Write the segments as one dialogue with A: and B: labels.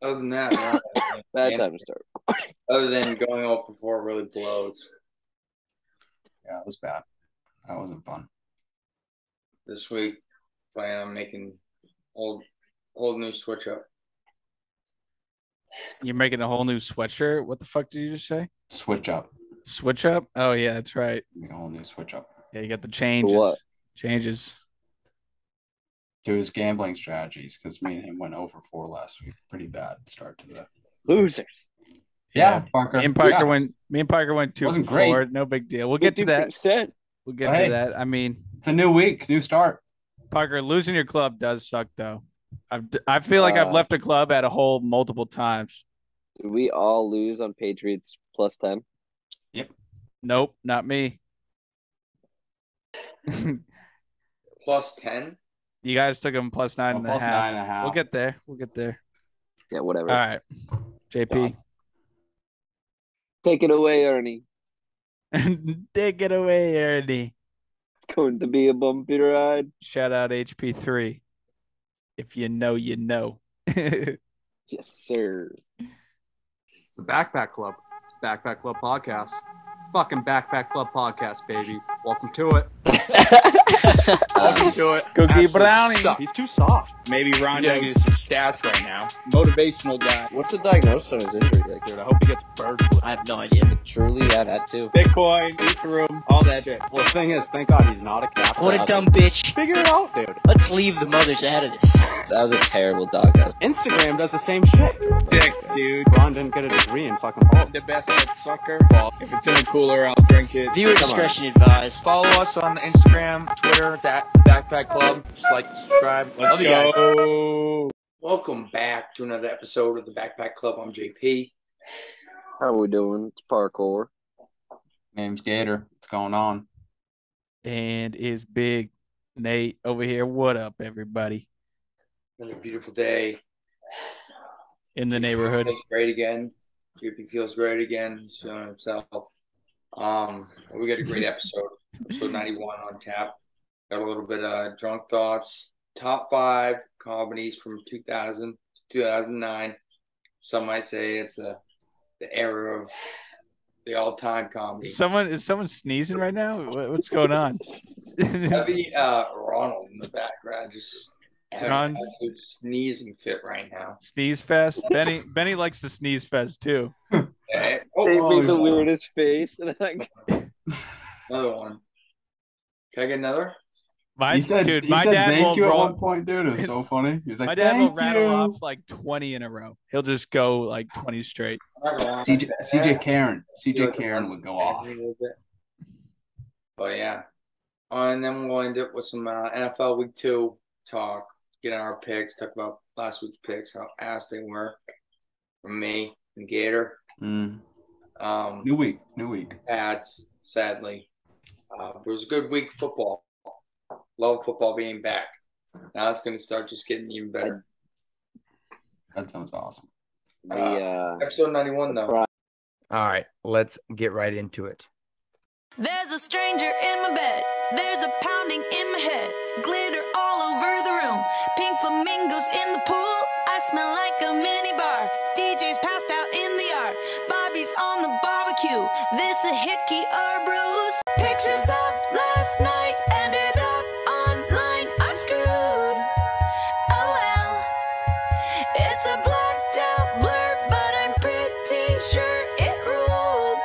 A: Other than that, no.
B: Bad
A: Yeah.
B: time to start.
A: other than going off before it really blows,
C: Yeah, it was bad. That wasn't fun.
A: this week plan on making old old new switch up.
D: You're making a whole new sweatshirt. What the fuck did you just say?
C: Switch up.
D: Switch up? Oh yeah, that's right.
C: A whole new switch up.
D: Yeah, you got the changes.
B: what?
D: Changes.
C: To his gambling strategies, because me and him went over four last week. Pretty bad start to the.
B: Losers.
C: Yeah, Parker.
D: Me and Parker
C: Yeah.
D: went. Me and Parker went two for
C: Wasn't great.
D: four. No big deal. We'll get to that.
B: 50%.
D: We'll get
C: Hey.
D: to that. I mean,
C: It's a new week, new start.
D: Parker, losing your club does suck, though. I've, I feel like I've
B: Uh,
D: left a club at a hole multiple times.
B: Did we all lose on Patriots plus 10?
D: Nope, not me.
A: Plus ten.
D: you guys took him plus nine
C: Oh,
D: and a
C: plus
D: half.
C: nine and a half.
D: We'll get there. We'll get there.
B: Yeah, whatever.
D: All right, JP,
B: Take it away, Ernie.
D: take it away, Ernie.
B: It's going to be a bumpy ride.
D: Shout out HP3. If you know, you know.
B: Yes, sir.
E: It's the Backpack Club. It's Backpack Club Podcast. It's fucking Backpack Club Podcast, baby. Welcome to it.
A: Welcome to it.
D: Cookie
A: Absolute
D: brownie.
A: suck.
F: He's too soft.
G: Maybe
A: I'm
G: Ron
A: gonna
G: Jones,
A: get some stats right now.
G: motivational guy.
F: What's the diagnosis on his injury? Like,
G: Dude, I hope he gets bird flu. I have no idea.
F: truly, I've had two.
G: Bitcoin, Ethereum, all that shit.
E: Well, the thing is, thank God he's not a cat.
H: What a dumb bitch.
E: Figure it out, dude.
H: Let's leave the mothers out of this.
F: That was a terrible diagnosis.
E: Instagram does the same shit.
G: Dick, dude.
E: Ron didn't get a degree in fucking balls.
G: The best at sucker. Well, if it's in a cooler, I'll drink it.
H: Viewer discretion advised.
I: Follow us on Instagram, Twitter, it's at the Backpack Club. Just like, subscribe.
G: Let's
I: Love you guys.
G: go.
A: Welcome back to another episode of the Backpack Club. I'm JP.
B: How we doing? It's parkour.
C: Name's Gator. What's going on?
D: and is big Nate over here. What up, everybody
A: Another beautiful day.
D: in the neighborhood?
A: Feels great again. JP feels great again. He's feeling himself. Um, we got a great episode. episode 91 on tap. Got a little bit of drunk thoughts. Top five comedies from 2000 to 2009. Some might say it's a, the era of the all-time comedy.
D: Someone is someone sneezing right now? What, what's going on?
A: Heavy uh, Ronald in the background just having an
D: Ron's-
A: absolute sneezing fit right now.
D: sneeze fest. Benny Benny likes to sneeze fest too.
A: Okay,
D: Oh,
B: They
C: holy
B: made the
C: fuck.
B: weirdest face. And I
A: another one. Can I get another?
D: My
C: he said,
D: dude,
C: he
D: my
C: said
D: dad will
C: thank you at one
D: roll,
C: point, dude. It was so funny. He was like,
D: my dad will
C: "Thank
D: rattle
C: you."
D: off like twenty in a row. He'll just go like twenty straight.
A: I'm not gonna lie.
C: CJ, CJ Karen.
A: Feel like I'm
C: CJ Karen would go off.
A: a little bit. But yeah. Uh, and then we'll end up with some uh, NFL Week 2 talk, get our picks, talk about last week's picks, how ass they were from me and Gator.
C: Mm.
A: Um,
C: New week, new week.
A: ads, sadly. Uh, but it was a good week of football. Love football being back. Now it's going to start just getting even better.
C: That sounds awesome.
B: the, uh,
A: Episode 91, though.
J: All right, let's get right into it.
K: There's a stranger in my bed. There's a pounding in my head. Glitter all over the room. Pink flamingos in the pool. I smell like a mini bar. DJ's passed out in the yard. Bobby's on the barbecue. This a hickey or bruise. Pictures of last night ended up online. I'm screwed. Oh well. It's a blacked out blur, but I'm pretty sure it ruled.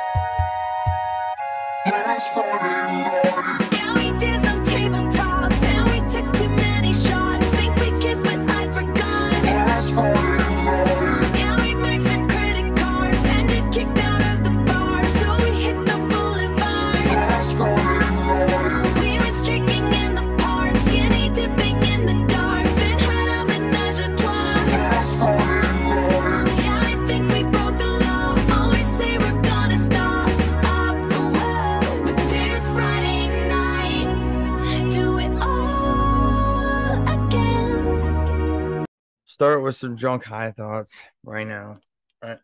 K: Now we dance on tabletops. Now we took too many shots. Think we kissed, but I forgot. Now we maxed our credit cards and get kicked out of the bar, so we hit the boulevard. We went streaking in the park, skinny dipping in the dark, then had a menage a trois. Now I think we broke the law. Always say we're gonna stop. Up, but there's Friday night. Do it all again.
J: Start with some drunk high thoughts right now. I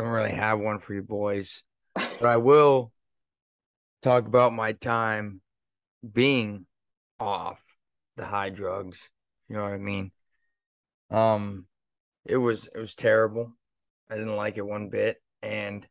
J: don't really have one for you boys, but I will talk about my time being off the high drugs. You know what I mean? Um, It was it was terrible. I didn't like it one bit, and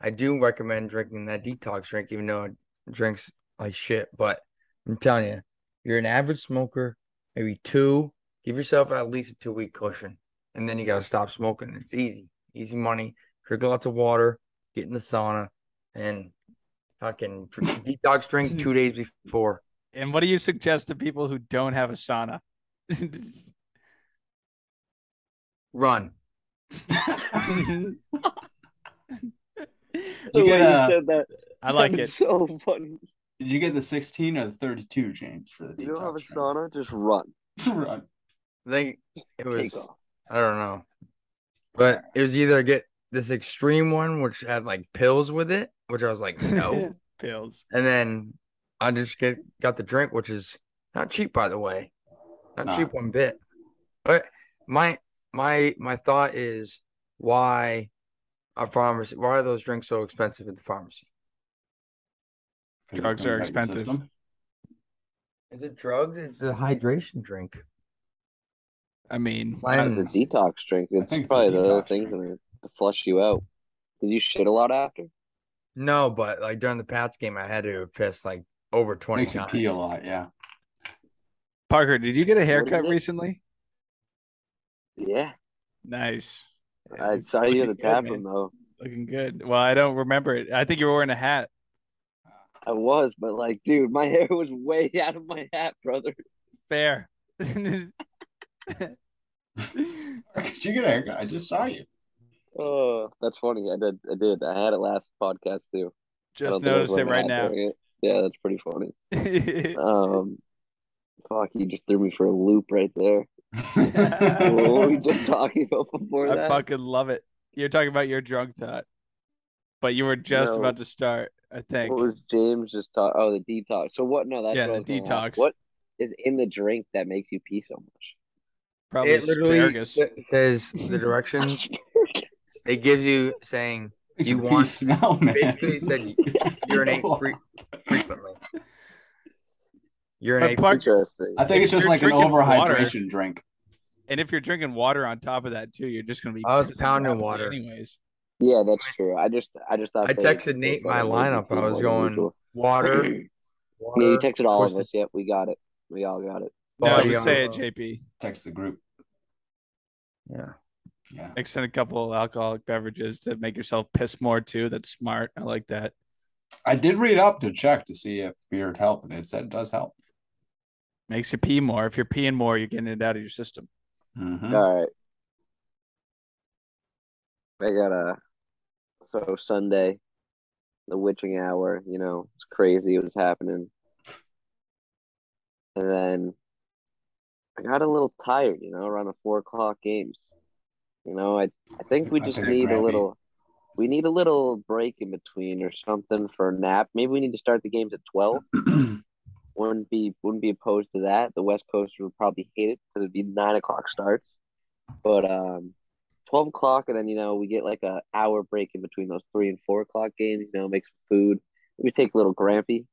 J: I do recommend drinking that detox drink, even though it drinks like shit. But I'm telling you, you're an average smoker, maybe two. Give yourself at least a two week cushion, and then you gotta stop smoking. It's easy, easy money. Drink lots of water, get in the sauna, and fucking dr- detox drink two days before.
D: And what do you suggest to people who don't have a sauna?
J: Run.
C: Did you get a-
B: that.
D: I like
B: sounded
D: it.
B: So funny.
C: Did you get the 16 or the 32, James, for the
B: You don't have a
C: detox?
B: sauna, just run.
C: Run.
J: I think it
B: Take
J: was.
B: off.
J: I don't know, but it was either get this extreme one, which had like pills with it, which I was like, no,
D: Pills.
J: and then I just get got the drink, which is not cheap, by the way, not
C: Nah.
J: cheap one bit. But my my my thought is why a pharmacy? Why are those drinks so expensive at the pharmacy?
C: 'Cause it
D: Drugs
C: cleans
D: are
C: out your
D: expensive.
C: system.
J: Is it drugs? It's a hydration drink.
D: I mean,
B: It's a detox drink. It's
C: think it's a
B: probably the other
C: detox
B: things
C: drink.
B: in it to flush you out. Did you shit a lot after?
J: No, but like during the Pats game, I had to piss like over twenty
C: Makes it
J: times.
C: pee a lot, yeah.
D: Parker, did you get a haircut
B: it?
D: recently?
B: Yeah.
D: Nice.
B: I saw you at the
D: Looking good,
B: tap
D: man.
B: room though.
D: Looking good. Well, I don't remember it. I think you were wearing a hat.
B: I was, but like, dude, my hair was way out of my hat, brother.
D: Fair.
C: Did you get a haircut? I just saw you.
B: Oh, that's funny. I did. I did. I had it last podcast too. I don't
D: Just
B: think I was
D: noticed it
B: wearing a
D: right
B: hat
D: now.
B: during it. Yeah, that's pretty funny. Um, fuck, you just threw me for a loop right there. what were we just talking about before
D: I
B: that?
D: fucking love it. You're talking about your drunk thought, but you were just
B: No.
D: about to start. I think.
B: What was James just talking? Oh, the detox. So what? No, that's
D: Yeah,
B: what I
D: the
B: was gonna ask.
D: detox.
B: What is in the drink that makes you pee so much?
D: Probably
J: It literally
D: asparagus.
J: sa- says the directions. it gives you saying
C: Makes
J: You
C: your pee
J: want-
C: smell, man.
J: basically said you urinate fre- frequently. Urinate.
D: But Park-
B: Interesting.
C: I think
D: If
C: it's just
D: you're
C: like an
D: drinking water-
C: overhydration drink.
D: and if you're drinking water on top of that too, you're just gonna be.
J: I was
D: pissing
J: pounding
D: rapidly
J: water.
D: anyways.
B: Yeah, that's true. I just, I just thought.
J: I
B: they-
J: texted
B: they
J: Nate
B: thought
J: my
B: it made you
J: lineup.
B: pee
J: I
B: more
J: was
B: than
J: going
B: usual.
J: water. water
B: Yeah, you texted all of
J: twisted-
B: us. Yep, we got it. We all got it.
D: No,
J: Oh,
D: you
J: yeah.
D: say it, JP.
C: Text the group.
J: Yeah.
C: Yeah.
D: Mix in a couple alcoholic beverages to make yourself piss more too. That's smart. I like that.
C: I did read up to check to see if beer would help, and it said it does help.
D: Makes you pee more. If you're peeing more, you're getting it out of your system.
C: Mhm.
B: All right. I got a so Sunday, the witching hour. You know, it's crazy. It was happening, and then I got a little tired. You know, around the four o'clock games. You know, I I think we
C: I
B: just
C: think I
B: need a
C: grab
B: little. We need a little break in between or something for a nap. Maybe we need to start the games at twelve. wouldn't be wouldn't be opposed to that. The West Coasters would probably hate it because it'd be nine o'clock starts, but um, twelve o'clock, and then you know we get like a hour break in between those three and four o'clock games. You know, make some food. We take a little grampy.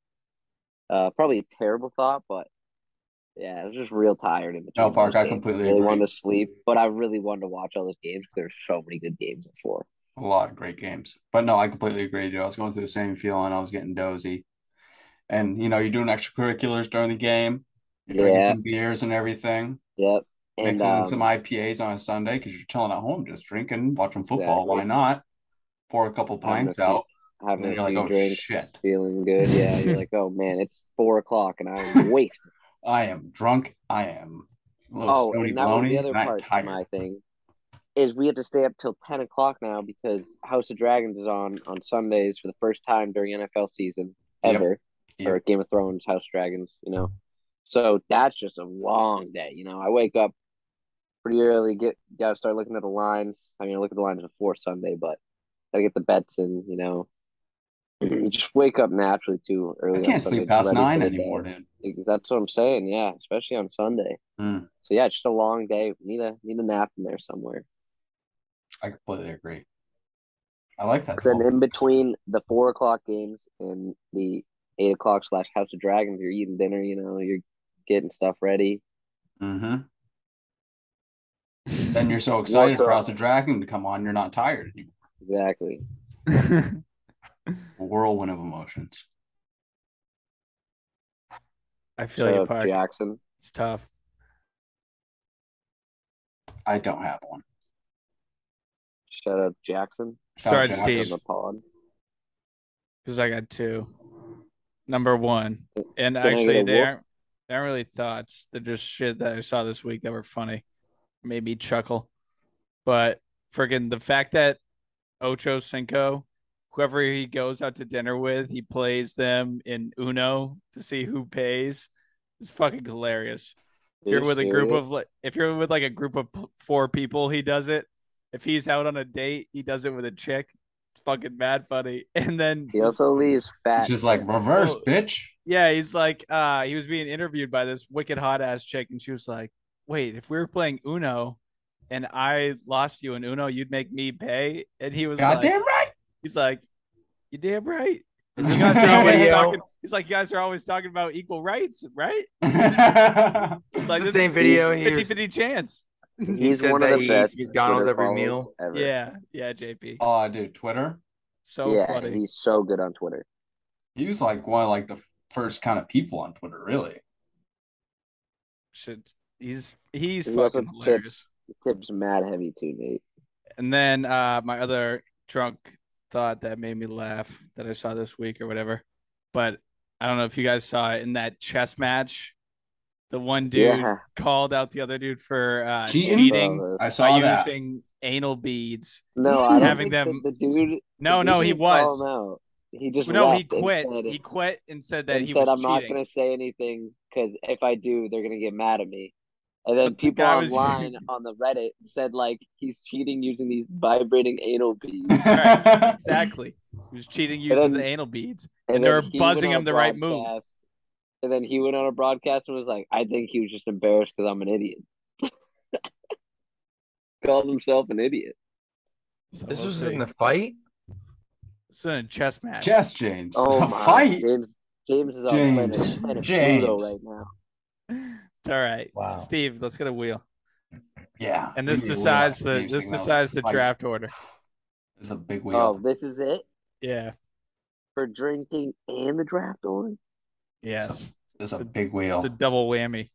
B: Uh, probably a terrible thought, but yeah, I was just real tired in between.
C: No, Park,
B: those
C: I
B: games.
C: completely
B: really
C: agree.
B: wanted to sleep, but I really wanted to watch all those games because there's so many good games at four.
C: a lot of great games. But no, I completely agree, dude. I was going through the same feeling. I was getting dozy. And you know, you're doing extracurriculars during the game. You're drinking
B: Yeah.
C: some beers and everything.
B: Yep, and
C: Mixing in
B: um,
C: some IPAs on a Sunday because you're chilling at home, just drinking, watching football.
B: Exactly.
C: Why not? Pour a couple
B: Having a
C: pints
B: few-
C: out, and
B: having
C: then
B: a
C: you're like,
B: few
C: "Oh
B: drinks.
C: shit,
B: feeling good. Yeah, you're like, oh man, it's four o'clock and I'm wasted.
C: I am drunk. I am a little
B: oh,
C: stony
B: and that was the
C: baloney,
B: other
C: and I'm
B: part of
C: tired."
B: my thing is we had to stay up till ten o'clock now because House of Dragons is on on Sundays for the first time during NFL season
C: Yep.
B: ever,
C: Yep.
B: or Game of Thrones, House of Dragons, you know. So that's just a long day. You know, I wake up pretty early, get gotta start looking at the lines. I mean, I look at the lines before Sunday, but gotta get the bets in. You know, just wake up naturally too early.
C: I
B: on
C: can't
B: Sunday,
C: sleep
B: just ready
C: past
B: for
C: nine
B: the day.
C: anymore, dude.
B: That's what I'm saying. Yeah, especially on Sunday.
J: Hmm.
C: Mm.
B: So yeah, it's just a long day. We need a need a nap in there somewhere.
C: I completely agree. I like that.
B: 'Cause then
C: thought.
B: in between the four o'clock games and the eight o'clock slash House of Dragons, you're eating dinner. You know, you're getting stuff ready.
C: Mm-hmm. Then you're so excited
B: What's
C: for
B: up?
C: House of Dragon to come on, you're not tired anymore.
B: Exactly.
C: A whirlwind of emotions.
D: I feel you,
C: Chuck
D: Puck.
B: Jackson.
D: It's tough.
C: I don't have one.
B: Shut up, Jackson.
D: Shout out
B: Shut
D: Steve.
B: up on The pod.
D: because I got two. Number one, and
B: Can I get
D: actually
B: a
D: they
B: woof?
D: aren't, they aren't really thoughts. They're just shit that I saw this week that were funny, made me chuckle. But freaking the fact that Ocho Cinco, whoever he goes out to dinner with, he plays them in Uno to see who pays. It's fucking hilarious. If
B: Are you
D: you're with a group
B: serious?
D: of like, if you're with like a group of p- four people, he does it. If he's out on a date, he does it with a chick. It's fucking mad funny. And then
B: He also leaves fat.
C: It's just like reverse,
D: Well-
C: bitch.
D: yeah, he's like, uh, he was being interviewed by this wicked hot ass chick, and she was like, "Wait, if we were playing Uno, and I lost you in Uno, you'd make me pay." And he was like,
C: Goddamn right.
D: He's like, "You damn right."
C: Is
D: You guys are always talking. He's like, "You guys are always talking about equal rights, right?" It's like
J: The
D: this
J: same
D: is
J: video he was-
D: 50-50 chance.
J: He
B: He's
J: said
B: one of
J: that
B: the
J: he
B: best.
J: eats McDonald's
B: Twitter
J: every
B: followers
J: meal.
B: Ever.
D: Yeah, yeah, JP.
C: Oh, dude, Twitter.
D: So
B: yeah,
D: funny.
B: he's so good on Twitter.
C: He was like one of like the first kind of people on Twitter, really.
D: Shit. He's he's
B: He also
D: fucking hilarious.
B: tips, he tips mad heavy too, Nate.
D: And then uh, my other drunk thought that made me laugh that I saw this week or whatever, but I don't know if you guys saw it in that chess match. The one dude
B: Yeah.
D: called out the other dude for uh,
C: Cheating?
D: cheating,
B: Bro,
C: I
D: by
C: saw that.
D: using anal beads.
B: No, I don't think
D: Having
B: that
D: them-
B: the dude.
D: No,
B: the
D: no,
B: dude
D: he
B: didn't call
D: was.
B: him out. He just
D: no, he
B: left and
D: quit.
B: said-
D: He quit and said that
B: and
D: he
B: said,
D: was
B: "I'm not
D: cheating.
B: going to say anything because if I do, they're going to get mad at me." And then
D: But the
B: people
D: guy was-
B: online on the Reddit said like he's cheating using these vibrating anal beads.
D: Right, exactly. He was cheating
B: then-
D: using the anal beads, and, they
B: then
D: were
B: he
D: buzzing
B: went on
D: him the
B: a
D: right move.
B: broadcast- And then he went on a broadcast and was like, "I think he was just embarrassed because I'm an idiot." Called himself an idiot.
D: So
J: This
D: we'll
J: was
D: see.
J: in the fight.
D: It's in a chess match.
C: Chess James.
B: Oh
C: A
B: my!
C: fight.
B: James, James is on
C: James.
B: planet, planet Pluto
C: James.
B: right now.
D: It's all right.
C: Wow.
D: Steve, let's get a wheel.
C: Yeah.
D: And this
C: Maybe we'll have
D: decides
C: to
D: the
C: name
D: this
C: something else.
D: decides the
C: Like,
D: draft order.
C: This is a big
B: Oh,
C: wheel.
B: this is it
D: Yeah.
B: for drinking and the draft order.
D: Yes.
C: This is a big wheel.
D: It's a double whammy.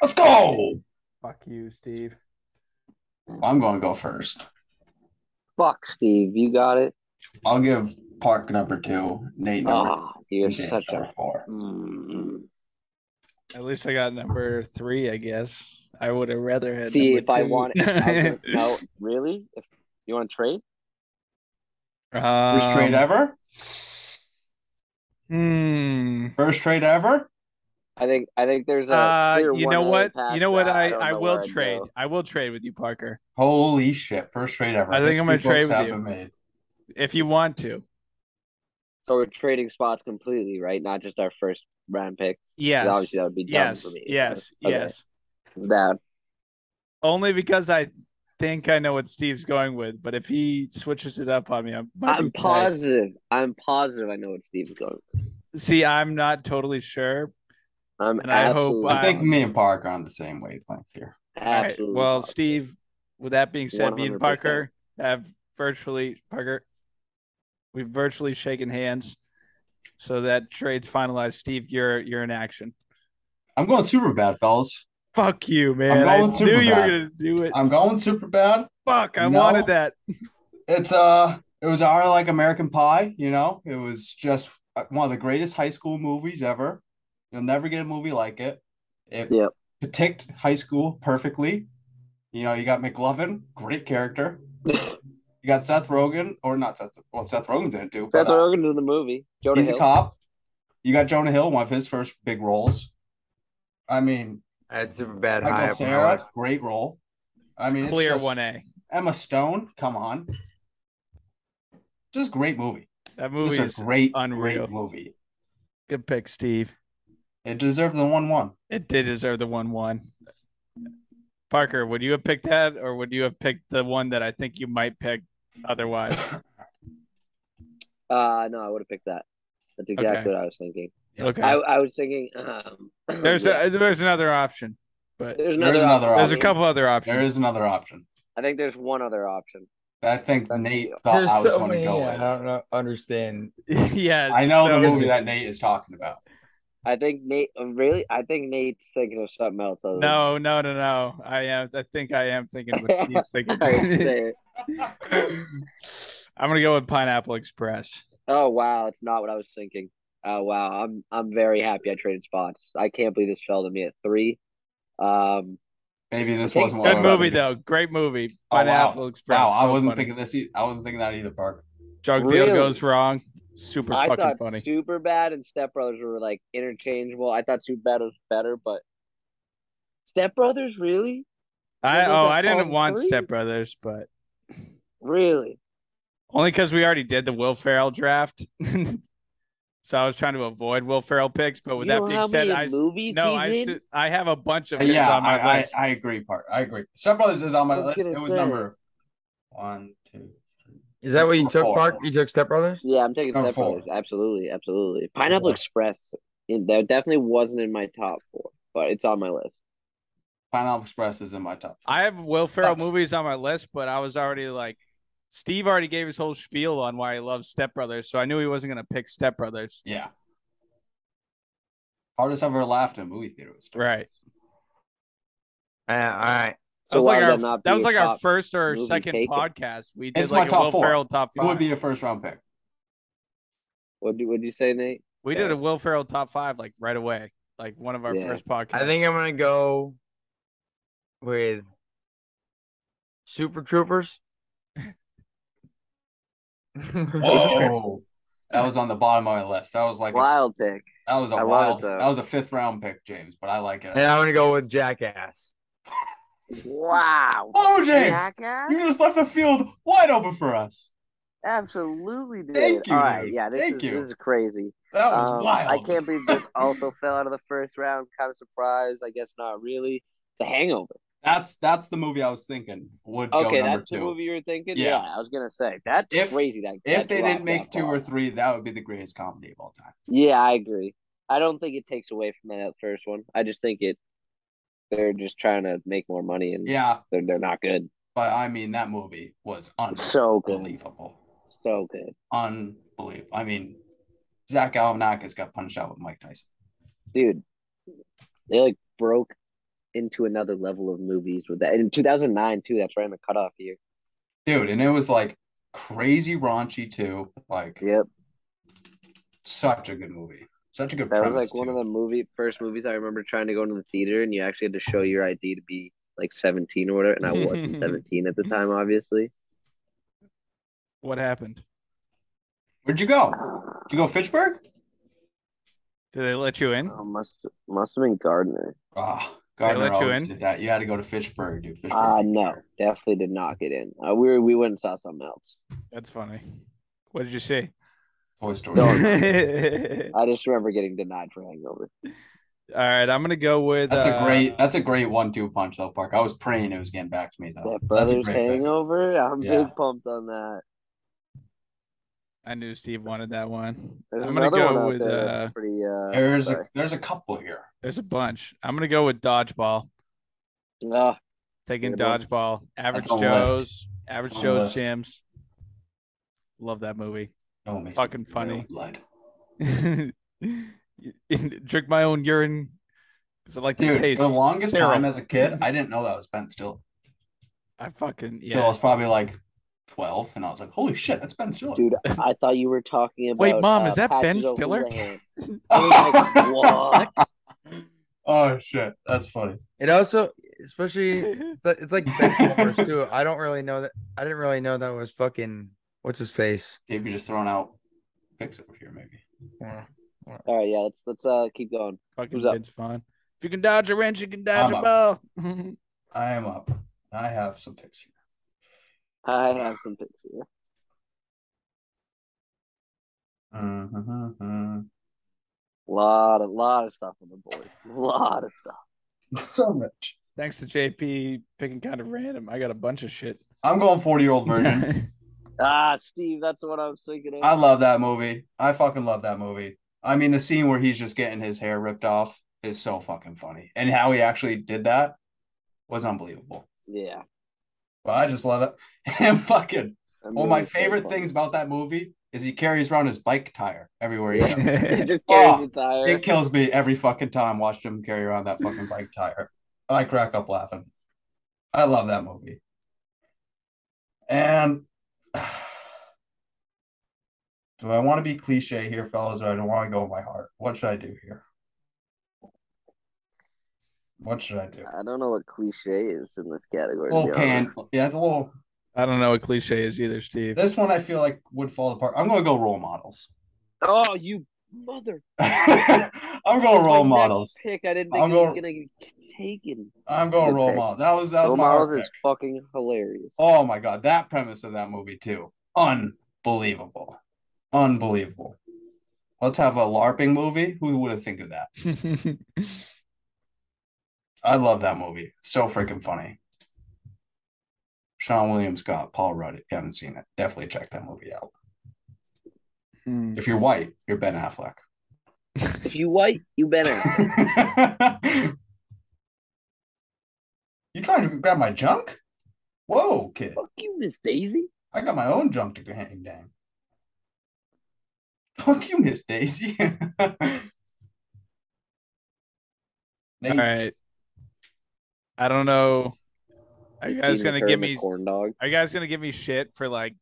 C: Let's go.
D: Fuck you, Steve.
C: I'm going to go first.
B: Fuck, Steve, you got it.
C: I'll give Park number two, Nate number three,
B: Ah, you're
C: and James
B: such
C: number
B: a.
C: four.
B: Mm.
D: At least I got number three, I guess. I would have rather had
B: See
D: number
B: if I
D: two.
B: want. if I would- no, really? If you want to trade?
C: First trade
D: Um,
C: ever?
D: hmm.
C: First trade ever?
B: I think. I think there's a.
D: Uh,
B: clear
D: you know
B: 1A
D: what?
B: path
D: You know what?
B: that
D: I,
B: don't
D: I
B: know
D: will
B: where I'd
D: trade.
B: go.
D: I will trade with you, Parker,
C: Holy shit. First trade ever.
D: I think
C: Those
D: I'm gonna
C: two books
D: trade with
C: have
D: you.
C: been made.
D: if you want to.
B: So we're trading spots completely, right? Not just our first round pick. 'Cause
D: Yes.
B: Obviously, that would be dumb
D: Yes.
B: for me.
D: Yes.
B: Okay.
D: Yes.
B: That.
D: Only because I think I know what Steve's going with, but if he switches it up on me, I might be
B: I'm
D: tight.
B: positive. I'm positive. I know what Steve's going. with.
D: See, I'm not totally sure.
B: I'm
D: And I hope
B: absolutely
D: I
C: I think me and Park are on the same wavelength here.
D: All right.
B: Absolutely
D: Well,
B: positive.
D: Steve, with that being said, me and
B: 100%.
D: Parker have virtually Parker, we've virtually shaken hands. So that trade's finalized. Steve, you're you're in action.
C: I'm going super bad, fellas.
D: Fuck you, man. I
C: going
D: knew
C: Superman.
D: you were gonna do it.
C: I'm going super bad.
D: Fuck, I
C: No.
D: wanted that.
C: It's uh, it was our like American Pie. You know, it was just uh, one of the greatest high school movies ever. You'll never get a movie like it. It
B: Yep.
C: depict high school perfectly. You know, you got McLovin, great character. You got Seth Rogen, or not Seth. Well, Seth Rogen's in it too,
B: Seth
C: but uh,
B: Rogen's in the movie. Jonah
C: he's a
B: Hill.
C: cop. You got Jonah Hill, one of his first big roles. I mean,
J: I had super bad high
C: Michael
J: up my
C: Sarah,
J: list.
C: great role. I
D: It's
C: mean, it's
D: clear
C: just-
D: one A.
C: Emma Stone, come on. Just great movie.
D: That
C: Just
D: movie
C: a
D: is
C: great,
D: unreal.
C: great movie.
D: good pick, Steve.
C: It deserved the one one.
D: It did deserve the one one. Parker, would you have picked that or would you have picked the one that I think you might pick otherwise.
B: Uh, no, I would have picked that. That's exactly
D: Okay.
B: what I was thinking.
D: Okay.
B: I, I was thinking. Um,
D: There's
B: yeah.
D: a, there's another option, but
B: There's
C: There is another
D: There's a
C: option.
D: couple other options.
C: There is another option.
B: I think there's one other option.
C: I think Nate thought I was going to go
J: I
C: with.
J: don't know, understand.
D: yeah,
C: I know the
D: so-
C: movie that Nate is talking about.
B: I think Nate. uh, Really, I think Nate's thinking of something else. Other
D: No, no, no, no. I am. I think I am thinking what Steve's thinking.
B: All right, say it.
D: I'm gonna go with Pineapple Express.
B: Oh wow, it's not what I was thinking. Oh wow, I'm I'm very happy I traded spots. I can't believe this fell to me at three. Um,
C: Maybe this
B: Thanks.
C: wasn't what I
D: Good
C: was
D: movie
C: thinking.
D: though. Great movie.
C: Oh, wow.
D: Pineapple Express.
C: Wow, I
D: so
C: wasn't
D: funny.
C: thinking this. e- I wasn't thinking that either, Parker.
D: Drug
B: Really?
D: deal goes wrong. Super
B: I
D: fucking
B: thought
D: funny.
B: Super Bad and Step Brothers were like interchangeable. I thought Super Bad was better, but Step Brothers really,
D: I
B: Those are
D: oh
B: the
D: I didn't
B: fun
D: want
B: three?
D: Step Brothers, but
B: really.
D: only because we already did the Will Ferrell draft. so I was trying to avoid Will Ferrell picks. But with
B: You
D: that
B: know
D: being
B: how
D: said,
B: many
D: I s-
B: movies
D: no
B: he
D: I
B: did?
D: s- I have a bunch of his
C: Uh, Yeah,
D: on my
C: I, I,
D: list.
C: I agree, Parker. I agree. Step Brothers is on my
B: I was
C: list.
B: gonna
C: It was
B: say.
C: number one, two,
J: Is that what you took,
C: Four.
J: Park? You took Step Brothers?
B: Yeah, I'm taking
C: Number
B: Step Brothers.
C: four.
B: Absolutely, absolutely. Pineapple
J: Yeah.
B: Express. It, that definitely wasn't in my top four, but it's on my list.
C: Pineapple Express is in my top.
D: I have Will Ferrell
C: Sucks.
D: movies on my list, but I was already like, Steve already gave his whole spiel on why he loves Step Brothers, so I knew he wasn't gonna pick Step Brothers.
C: Yeah. Hardest I've ever laughed in a movie theater was.
D: Right.
J: Uh, all right.
B: So
D: That was
B: why
D: like
B: would
D: our
B: that not
D: that
B: be
D: was
B: your
D: like our
B: top?
D: first or
B: movie
D: second
B: taken?
D: podcast. We did
C: It's my
D: like a
C: top
D: Will
C: four.
D: Ferrell top
C: It would
D: five.
C: be a first round pick.
B: What do What you say, Nate?
D: we did a Will Ferrell top five like right away, like one of our
B: Yeah.
D: first podcasts.
J: I think I'm gonna go with Super Troopers.
C: Oh. Whoa. that was on the bottom of my list. That was like a,
B: Wild pick.
C: that was a
B: I love
C: wild.
B: it, though.
C: That was a fifth round pick, James. But I like it.
J: And I'm gonna go with Jackass.
B: Wow.
C: Oh, James,
B: Jackass?
C: you just left the field wide open for us.
B: Absolutely did.
C: Thank you,
B: All right,
C: dude.
B: yeah, this
C: Thank
B: is
C: you.
B: this is crazy.
C: That was
B: Um,
C: wild.
B: I can't believe this also fell out of the first round. Kind of surprised. I guess not really. The Hangover.
C: That's that's the movie I was thinking would go
B: Okay,
C: number
B: that's
C: two.
B: the movie you were thinking.
C: Yeah.
B: Yeah, I was gonna say that's
C: If-
B: crazy. That
C: If
B: that
C: they
B: dropped
C: didn't make
B: that
C: two
B: far.
C: or three, that would be the greatest comedy of all time.
B: Yeah, I agree. I don't think it takes away from that first one. I just think it. They're just trying to make more money, and
C: Yeah,
B: they're they're not good.
C: but I mean that movie was
B: So good,
C: unbelievable,
B: so good,
C: unbelievable. I mean, Zach Galifianakis got punched out with Mike Tyson.
B: dude. They like broke into another level of movies with that in 2009 too. That's right in the cutoff year.
C: dude and it was like crazy raunchy too like
B: Yep,
C: such a good movie such a good
B: that was
C: premise,
B: like one
C: too.
B: of the movie first movies I remember trying to go into the theater, and you actually had to show your ID to be like 17 or whatever. And I wasn't 17 at the time, obviously.
D: what happened?
C: where'd you go did you go fitchburg
D: Did they let you in?
B: Oh, must must have been Gardner.
C: ah Gardner
D: let you
C: always
D: in?
C: did that you had to go to fitchburg dude fitchburg
B: Uh no, definitely did not get in. Uh, we were, we went and saw something else.
D: That's funny. What did you see?
C: toy story
B: No,
D: All
B: I just remember getting denied for Hangover.
D: right, I'm gonna go with.
C: that's a
D: uh,
C: great that's a great one-two punch though park i was praying it was getting back to me
D: Oh,
B: That
C: though that's a
B: Brothers
C: great pick.
B: Hangover. I'm
C: Yeah.
B: big pumped on that.
D: I knew Steve wanted that one.
B: There's
D: I'm gonna
B: another one
D: go
B: out
D: with.
B: there
D: Uh,
B: that's pretty. Uh,
C: there's a
B: sorry.
C: there's a couple here
D: there's a bunch. I'm gonna go with Dodgeball.
B: Ah,
D: Taking
B: Good one.
D: dodgeball, average
C: on the list.
D: Joe's, average
C: That's on the
D: Joe's
C: list.
D: gyms. Love that movie.
C: no it makes me
D: Fucking funny.
C: Oh, real blood
D: Drink my own urine because I like the
C: dude
D: taste.
C: for the longest
D: Sterile.
C: time as a kid i didn't know that was ben stiller
D: I fucking
C: yeah. i
D: yeah.
C: was probably like 12 and i was like holy shit that's ben stiller
B: dude, I thought you were talking about.
D: Wait, Mom,
B: uh,
D: is that Ben
B: Patches
D: Stiller?
B: O'Houlihan. I was like, what?
C: Oh shit, that's funny.
J: It also, especially, it's like, it's like Transformers, too. I don't really know that. I didn't really know that was fucking what's his face.
C: Maybe just throwing out picks over here, maybe.
J: Yeah.
B: All right, yeah, let's let's uh keep going.
D: fucking
B: Who's up?
D: Vince Vaughn. If you can dodge a wrench, you can dodge
C: I'm
D: a
C: up.
D: ball.
C: I am up. I have some picks here.
B: I have some picks here.
C: Mm-hmm.
B: Lot a lot of stuff on the board. A lot of stuff.
C: so much.
D: Thanks to JP picking kind of random. I got a bunch of shit.
C: I'm going 40 year old version.
B: Ah, Steve, that's the one I was thinking of.
C: I love that movie. I fucking love that movie. I mean, the scene where he's just getting his hair ripped off is so fucking funny, and how he actually did that was unbelievable.
B: Yeah.
C: But I just love it. And fucking
B: That
C: one of my
B: movie's so
C: favorite
B: funny.
C: things about that movie is he carries around his bike tire everywhere he
B: Yeah.
C: goes.
B: He just
C: Oh,
B: carries the tire.
C: It kills me every fucking time watching him carry around that fucking bike tire. I crack up laughing. I love that movie. And do I want to be cliche here, fellas, or I don't want to go with my heart? What should I do here? What should I do?
B: I don't know what cliche is in this category. to
C: little
B: be
C: pan.
B: honest.
C: Yeah, it's a little.
D: I don't know what cliche is either, Steve.
C: This one I feel like would fall apart. I'm gonna go role models.
B: Oh, you mother!
C: I'm going role models.
B: Pick. I didn't
C: I'm
B: think it was
C: going-
B: gonna get taken.
C: I'm going
B: Good
C: role
B: pick.
C: models. That was that was
B: Role
C: my
B: models
C: hard
B: is
C: pick.
B: fucking hilarious.
C: Oh my god, that premise of that movie too. Unbelievable. Unbelievable. Let's have a LARPing movie. Who would have think of that? I love that movie. So freaking funny. Sean William Scott, Paul Rudd. If you haven't seen it, definitely check that movie out.
D: Hmm.
C: If you're white, you're Ben Affleck.
B: If you white, you better.
C: You trying to grab my junk? Whoa, kid.
B: Fuck you, Miss Daisy.
C: I got my own junk to hang down. Fuck you, Miss Daisy.
D: All
C: Nate,
D: right. I don't know. Are
B: You
D: you guys
B: seen
D: gonna
B: her
D: give
B: in the
D: me?
B: corn dog?
D: Are you guys gonna give me shit for like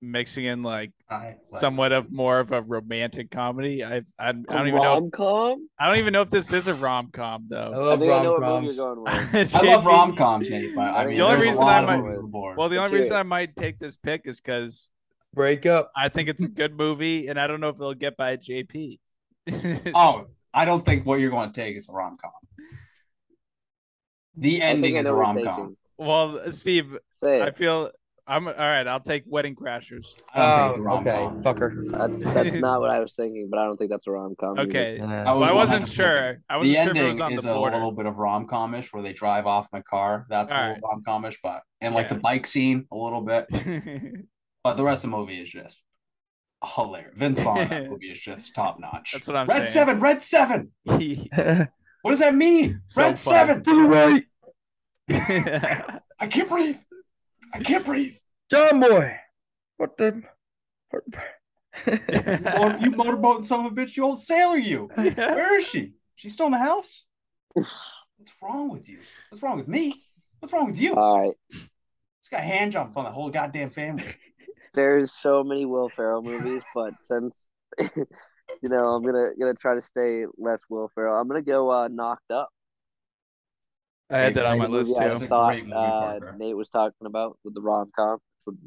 D: mixing in like
C: I like-
D: somewhat of more of a romantic comedy? I've I, I don't
B: A
D: even know.
B: rom com.
D: I don't even know if this is a rom com
J: I
D: though.
B: I
J: love
B: think I know
J: rom
B: what movie you're
J: coms.
B: going with.
C: Oh. I
D: JP
C: love rom coms, Nate. But I
B: The
C: mean,
D: only
C: there's a
D: reason
C: lot
D: I
C: of
D: might-
C: movies on the board.
D: Well, the
B: Let's
D: only
B: hear
D: reason
B: it.
D: I might take this pick is because
J: Break up.
D: I think it's a good movie, and I don't know if it'll get by JP.
C: oh, I don't think what you're going to take is a rom com. The
B: I
C: ending
B: think I
C: is a
B: know what
C: rom
B: you're
C: com.
B: thinking.
D: well, Steve,
B: Say
D: I
B: it.
D: feel I'm all right. I'll take Wedding Crashers.
C: I don't think it's a
J: Oh,
C: rom
J: okay,
C: com.
J: fucker.
B: That's, that's not what I was thinking, but I don't think that's a rom com.
D: Okay,
J: Yeah.
C: I
D: well,
C: was
D: I wasn't
C: 100%
D: sure. I wasn't
C: The
D: sure if it
C: ending
D: was on
C: is
D: the
C: a
D: border.
C: little bit of rom comish where they drive off in the car. That's a little
D: Alright.
C: rom comish, but and like
D: Yeah.
C: the bike scene a little bit. But the rest of the movie is just hilarious. Vince Vaughn in that movie is just top notch.
D: That's what I'm
C: Red
D: saying.
C: Seven, Red Seven. What does that mean?
D: So
C: Red
D: funny.
C: Seven.
J: right.
C: I can't breathe. I can't breathe.
J: John Boy. What the? What...
C: You, motor- you motorboating son of a bitch, you old sailor, you. Where is she? She's still in the house? What's wrong with you? What's wrong with me? What's wrong with you?
B: All right.
C: It's got a hand jump on the whole goddamn family.
B: There's so many Will Ferrell movies, but since you know, I'm gonna gonna try to stay less Will Ferrell. I'm gonna go uh, Knocked Up.
D: I had that on my
B: The movie
D: list
B: I
C: That's
D: too.
C: a
B: thought
C: great movie,
B: uh,
C: Parker.
B: Nate was talking about with the rom com,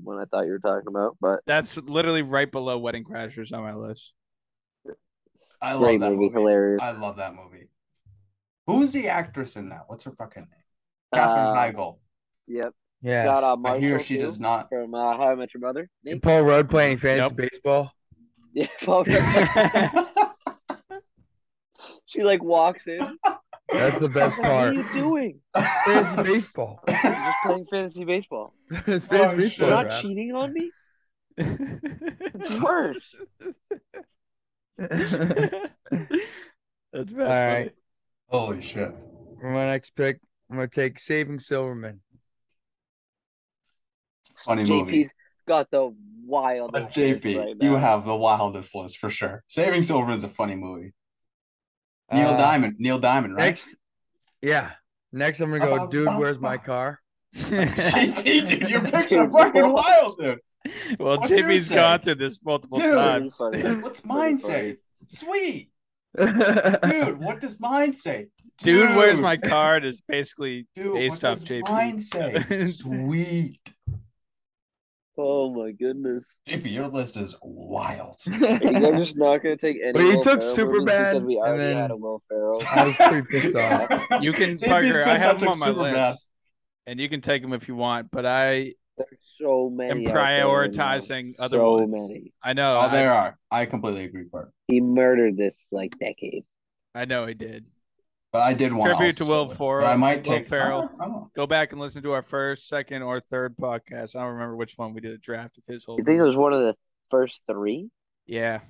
B: when I thought you were talking about, but
D: That's literally right below Wedding Crashers on my list.
C: I love
B: great
C: that
B: movie,
C: movie.
B: hilarious.
C: I love that movie. Who's the actress in that? What's her fucking name?
B: Uh,
C: Catherine Heigl.
B: Yep,
J: Yes.
B: got uh,
C: I
B: Marshall
C: hear she
B: too,
C: does not.
B: from uh, How I Met Your Mother. Nate?
J: Paul Rudd playing fantasy
D: Nope.
J: baseball.
B: Yeah, Paul Rudd. she like walks in.
J: That's the best
B: What are
J: part.
B: you doing?
J: Fantasy baseball.
B: You're just playing fantasy baseball.
J: It's
C: Oh,
J: fantasy
C: shit.
J: baseball.
B: You're not
J: Brad.
B: cheating on me. It's worse.
D: That's bad.
J: All right.
C: Holy shit.
J: For my next pick, I'm gonna take Saving Silverman.
C: Funny
B: JP's
C: movie.
B: got the wildest.
C: But
B: list
C: JP,
B: right
C: you
B: now.
C: have the wildest list for sure. Saving Silverman is a funny movie. Neil
J: Uh,
C: Diamond. Neil Diamond, right?
J: Next, yeah. Next, I'm gonna go.
C: Ba-ba-ba-ba.
J: Dude, where's my car?
C: JP, dude, your picks
B: Dude,
C: are fucking
B: what?
C: wild, dude.
D: well,
C: What's yours
D: Jimmy's
C: say?
D: gone through this multiple
C: Dude.
D: times.
B: Funny.
C: What's mine
B: funny.
C: say? Sweet.
J: Dude,
C: Dude, what does mine say?
D: Dude, where's my card? Is basically
C: Dude,
D: based
C: what
D: off
C: does
D: JP.
C: mine say? Sweet.
B: Oh my goodness!
C: JP, your list is wild.
B: Are you guys just not gonna take any.
J: Well, you
B: Will
J: took
B: Ferrell
J: Superbad,
B: movies because we
J: and
B: already
J: then-
B: had a Will Ferrell.
J: I was pretty pissed off.
D: you can
C: JP's
D: Parker. I
C: pissed
D: have
C: off
D: them on
C: took
D: my
C: Superbad.
D: list, and you can take them if you want. But I
B: There's so
D: am
B: many. out there right now.
D: prioritizing other
B: so
D: ones.
B: many.
D: I know.
C: Oh,
D: I,
C: there are. I completely agree, Bert.
B: He murdered this like decade.
D: I know he did.
C: But I did want
D: Tribute to Will
C: Forrest.
D: Ferrell.
C: I might
D: Will
C: take
D: Ferrell.
C: I don't know.
D: Go back and listen to our first, second, or third podcast. I don't remember which one we did a draft of his whole.
B: You think it was one of the first three?
D: Yeah.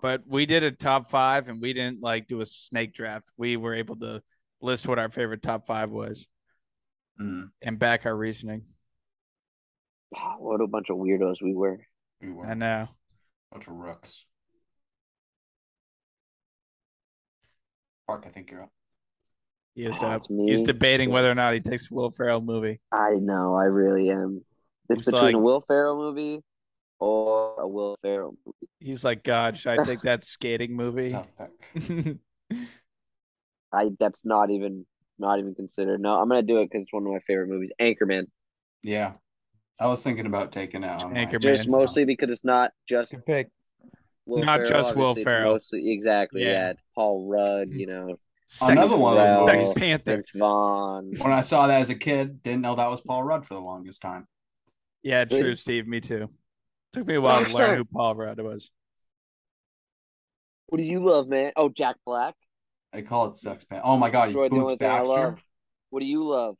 D: But we did a top five and we didn't like do a snake draft. We were able to list what our favorite top five was and back our reasoning.
B: Wow, Ah, what a bunch of weirdos we were.
C: We were
D: I
C: a
D: know.
C: bunch of rooks. Mark, I think you're up.
D: He is
B: Oh,
D: up.
B: it's me.
D: He's debating whether or not he takes a Will Ferrell movie.
B: I know, I really am. It's
D: He's
B: between
D: like-
B: a Will Ferrell movie or a Will Ferrell movie.
D: He's like, God, should I take that skating movie?
C: Tough pick.
B: I that's not even not even considered. No, I'm gonna do it because it's one of my favorite movies, Anchorman.
C: Yeah. I was thinking about taking out.
D: Anchorman.
B: Just mostly because it's not just
J: Good pick.
B: Will
D: Not
B: Ferrell,
D: just Will
B: obviously, it's
D: Ferrell.
B: Mostly, exactly.
D: Yeah.
B: Yeah. it's Paul Rudd. You know,
D: Sex,
C: Another one of those
D: Sex
C: movies.
D: Panther.
B: Vince Vaughn.
C: When I saw that as a kid, didn't know that was Paul Rudd for the longest time.
D: Yeah, true, Steve. Me too. Took me a while to learn who Paul Rudd was.
B: What do you love, man? Oh, Jack Black.
C: They call it sex pan. Oh my god, you
B: Destroyed the
C: Boots
B: only thing I
C: Baxter.
B: love. What do you love?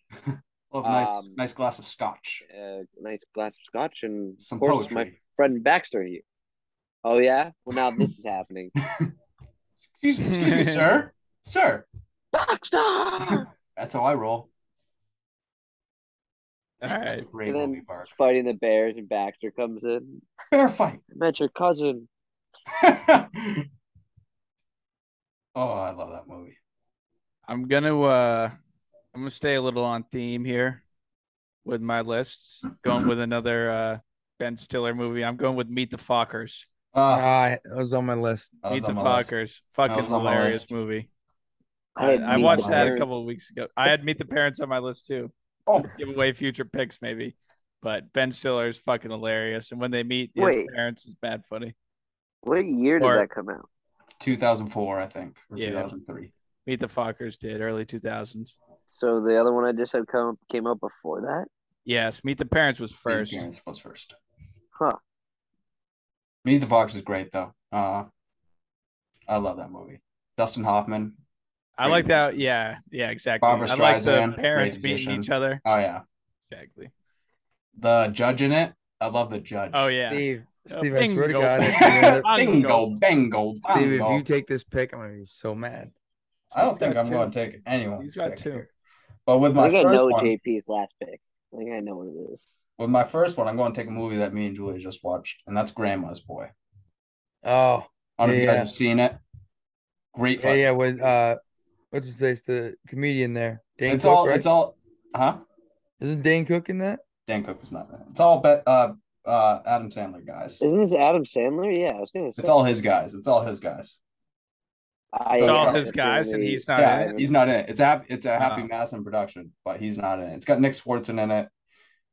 C: Love a nice
B: Um,
C: nice glass of scotch.
B: A nice glass of scotch and
C: Some
B: of course my
C: poetry.
B: friend Baxter here. Oh yeah. Well, now this is happening.
C: Excuse, excuse me, sir. Sir.
B: Baxter.
C: That's how I roll.
D: All
C: That's
D: right.
C: a great
B: and
C: movie,
B: then
C: Mark.
B: fighting the bears, and Baxter comes in.
C: Bear fight.
B: I met your cousin.
C: oh, I love that movie.
D: I'm gonna uh I'm gonna stay a little on theme here with my lists. Going with another uh Ben Stiller movie. I'm going with Meet the Fockers.
C: Uh,
J: Ah, it was on my list.
C: that was
D: Meet the
C: on my list.
D: Fockers.
C: That
D: Fucking
C: was on my
D: hilarious
C: list.
D: movie.
B: I, had
D: I
B: meat
D: watched that a
B: parents.
D: couple of weeks ago. I had Meet the Parents on my list too.
C: Oh,
D: Give away future picks maybe. But Ben Stiller is fucking hilarious. And when they meet his
B: Wait.
D: parents is bad funny.
B: What year did
D: Or-
B: that come out?
C: 2004, I think, or
D: Yeah.
C: 2003.
D: Meet the Fockers did early two thousands.
B: So the other one I just said come came out before that.
D: Yes, Meet the Parents was first.
C: Parents was first.
B: Huh.
C: Meet the Fox is great though. Uh, I love that movie. Dustin Hoffman.
D: I like that. Yeah, yeah, exactly.
C: Barbra
D: I like the
C: Streisand,
D: parents
C: great
D: meeting
C: musician.
D: each other.
C: Oh yeah,
D: Exactly.
C: the judge in it. I love the judge.
D: Oh yeah.
J: Steve,
D: Uh,
J: Steve, I swear to
D: bingo.
J: God, if you end up-
C: bingo, bingo,
J: Steve, if
C: bingo.
J: you take this pick, I'm gonna be so mad.
C: I don't think
D: got
C: I'm
D: two.
C: going to take anyone.
D: He's got two.
C: But with my
B: I think I
C: first
B: know
C: one,
B: JP's last pick. I think I know what it is.
C: with my first one, I'm going to take a movie that me and Julia just watched, and that's Grandma's Boy.
J: Oh,
C: I don't know if you guys
J: Yeah.
C: have seen it. Great.
J: yeah,
C: fuck-
J: yeah. With uh, what's his face, the comedian there, Dane
C: It's
J: Cook,
C: all.
J: right?
C: It's all. Huh.
J: Isn't Dane Cook in that?
C: Dan Cook was not. in it. It's all bet. Uh, uh, Adam Sandler guys.
B: Isn't this Adam Sandler? Yeah, I was gonna say.
C: It's all his guys. It's all his guys.
B: I,
D: It's
C: Yeah.
D: all his guys, and
B: definitely-
D: he's not.
C: yeah,
D: in it.
C: he's not in it. It's a hap- it's a Happy
D: Wow.
C: Madison production, but he's not in it. It's got Nick Swartzen in it.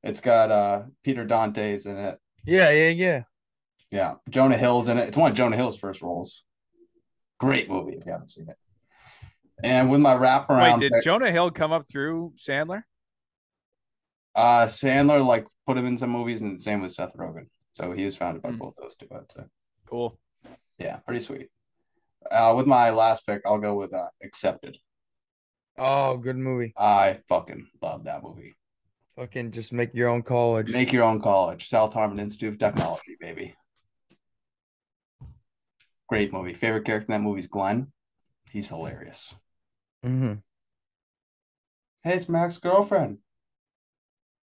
C: It's got uh Peter Dante's in it.
J: Yeah, yeah, yeah.
C: Yeah, Jonah Hill's in it. It's one of Jonah Hill's first roles. Great movie if you haven't seen it. And with my
D: Wait,
C: wraparound,
D: did
C: pick,
D: Jonah Hill come up through Sandler?
C: uh, Sandler like put him in some movies, and same with Seth Rogen. So he was founded by
D: Hmm.
C: both those two. I'd say.
D: Cool.
C: Yeah, pretty sweet. Uh, with my last pick, I'll go with uh, Accepted.
J: Oh, good movie.
C: I fucking love that movie.
J: Fucking just make your own college.
C: Make your own college, South Harmon Institute of Technology, baby. Great movie. Favorite character in that movie is Glenn. He's hilarious.
J: hmm
C: Hey, it's Mac's girlfriend.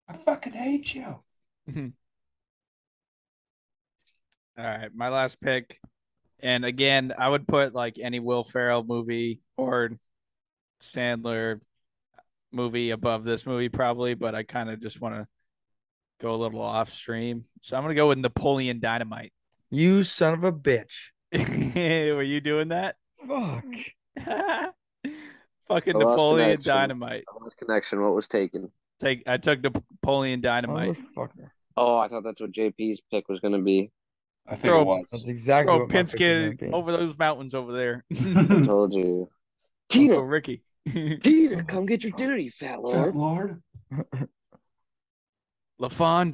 C: I fucking hate you.
D: All right, my last pick, and again, I would put like any Will Ferrell movie or Sandler movie above this movie probably, but I kind of just want to go a little off stream, so I'm gonna go with Napoleon Dynamite.
J: You son of a bitch.
D: Were you doing that?
J: Fuck.
D: Fucking
B: I lost
D: Napoleon
B: connection.
D: Dynamite.
B: I lost connection. What was taken?
D: Take I took Napoleon Dynamite.
J: Motherfucker.
B: Oh, I thought that's what JP's pick was gonna be.
C: I think
D: Throw-
C: it was.
J: That's exactly
D: Throw
J: what my pick was
D: Pinsky
J: gonna be.
D: over those mountains over there.
B: I told you.
D: Uncle
B: Tina,
D: Ricky.
B: Tina, come get your dinner, you fat lord.
C: Lord.
D: LaFonda.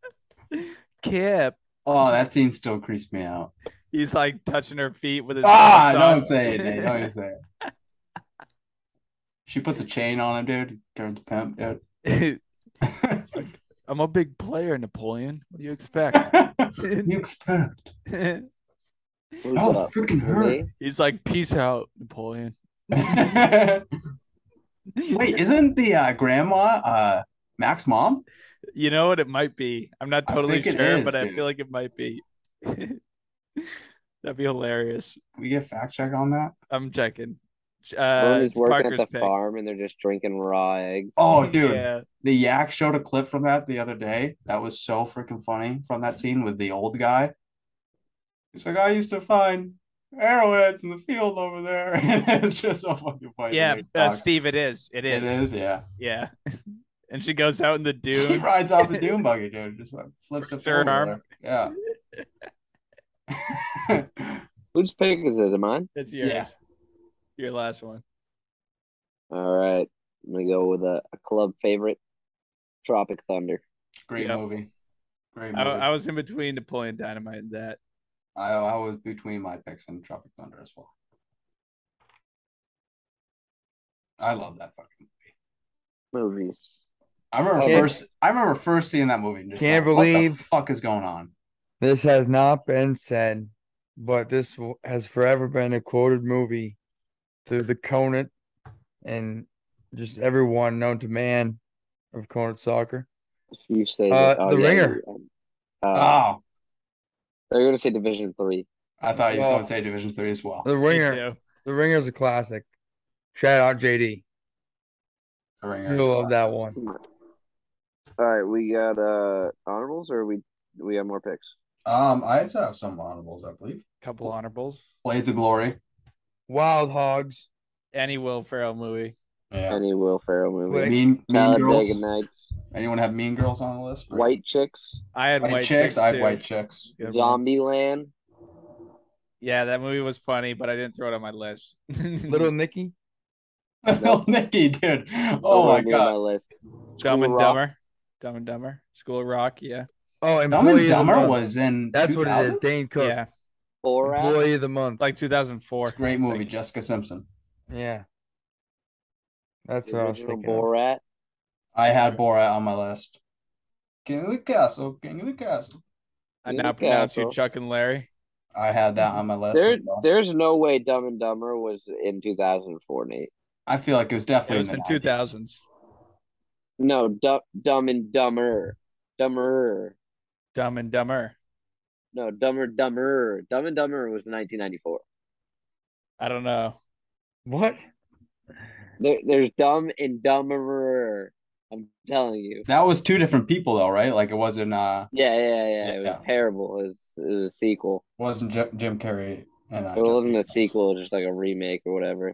J: Mm.
C: oh,
D: Kip.
C: Oh, that scene still creeps me out.
D: He's like touching her feet with his
C: Ah,
D: socks on.
C: don't say it, Nate. Don't say it. She puts a chain on him, dude. Turns to pimp, dude.
D: I'm a big player, Napoleon. What do you expect?
C: you expect?
D: Oh,
C: freaking hurt.
D: He's like, peace out, Napoleon.
C: Wait, isn't the uh, grandma uh, Mac's mom?
D: You know what? It might be. I'm not
C: I
D: totally
C: think it
D: sure,
C: is,
D: but I
C: dude.
D: feel like it might be. That'd be hilarious.
C: We get fact check on that.
D: I'm checking.
B: Everyone
D: Uh,
B: is
D: it's
B: working
D: Parker's
B: at the
D: pick.
B: farm and they're just drinking raw eggs.
C: Oh, dude,
D: Yeah.
C: the yak showed a clip from that the other day. That was so freaking funny from that scene with the old guy. He's like, I used to find arrowheads in the field over there. it's just so fucking funny. the
D: Yeah,
C: way he
D: uh,
C: talks.
D: Steve, it is. It
C: It is,
D: is.
C: yeah.
D: Yeah. and she goes out in the dunes.
C: He rides off the dune buggy, dude. Just like, flips a
D: Third arm.
C: four-wheeler. Yeah.
B: Whose pick is it? Am I?
D: That's yours.
C: Yeah.
D: Your last one.
B: All right. I'm going to go with a, a club favorite Tropic Thunder.
C: Great
D: Yep.
C: movie. Great
D: I,
C: movie.
D: I was in between Napoleon Dynamite and that.
C: I, I was between my picks and Tropic Thunder as well. I love that fucking.
B: Movies.
C: I remember
J: Okay.
C: first. I remember first seeing that movie. And just
J: Can't
C: going,
J: believe-
C: what the fuck is going on.
J: This has not been said, but this w- has forever been a quoted movie through the Conant and just everyone known to man of Conant soccer.
B: If you say
J: Uh,
B: that. Oh,
J: The
B: yeah,
J: Ringer. Ah.
B: you- um, Uh,
C: Oh,
B: they're going to say Division Three.
C: I thought you were
J: well-
C: going to say Division Three as well.
J: The Ringer.
D: too.
J: The Ringer is a classic. Shout out JD.
C: The Ringer.
J: You
C: is
J: love that one.
B: All right. We got uh honorables or we we have more picks?
C: Um, I also have some honorables, I believe.
D: Couple honorables.
C: Blades of Glory.
J: Wild Hogs.
D: Any Will Ferrell movie.
C: Yeah.
B: Any Will Ferrell movie.
J: Wait.
C: Mean Mean
B: Talladega
C: Girls.
B: Nights.
C: Anyone have Mean Girls on the list? Or-
B: White Chicks.
D: I had
C: White
D: White,
C: chicks. I have
D: too.
C: white chicks.
D: Good one.
B: Zombieland.
D: Yeah, that movie was funny, but I didn't throw it on my list.
J: Little Nicky.
C: Little Nicky, dude.
B: Those
C: Oh my
B: won't be on
C: god.
B: My list.
D: Dumb
B: School
D: and
B: Rock.
D: Dumber. Dumb and Dumber. School of Rock. Yeah.
J: Oh,
C: Dumb
J: Employee
C: and
J: of the
C: Dumber
J: Month.
C: was in.
J: That's what it is.
C: 2000s?
J: Dane Cook.
D: Yeah.
B: Borat.
J: Employee of the Month.
D: Like 2004.
C: It's a great movie. Jessica Simpson.
J: Yeah. That's
B: the
J: what I was
B: original
J: thinking. of.
B: Borat.
C: I had Borat on my list. King of the Castle, King of the Castle.
D: I
B: Yeah,
D: now pronounce you
B: Castle.
D: Chuck and Larry.
C: I had that
J: Mm-hmm.
C: on my list.
B: There,
C: as well.
B: there's no way Dumb and Dumber was in 2004, Nate.
C: I feel like it was
D: It
C: definitely
D: was in
C: the 90s.
D: 2000s.
B: No, du- Dumb and Dumber, Dumber.
D: Dumb and Dumber.
B: No, Dumber, Dumber. Dumb and Dumber was 1994.
D: I don't know.
J: What?
B: There, there's Dumb and Dumberer. I'm telling you.
C: That was two different people though, right? Like it wasn't uh
B: Yeah, yeah, yeah. It was
C: Yeah.
B: terrible. It was, it was a sequel.
C: wasn't Jim, Jim Carrey and uh,
B: It wasn't
C: Jim
B: a
C: Carrey.
B: sequel. It was just like a remake or whatever.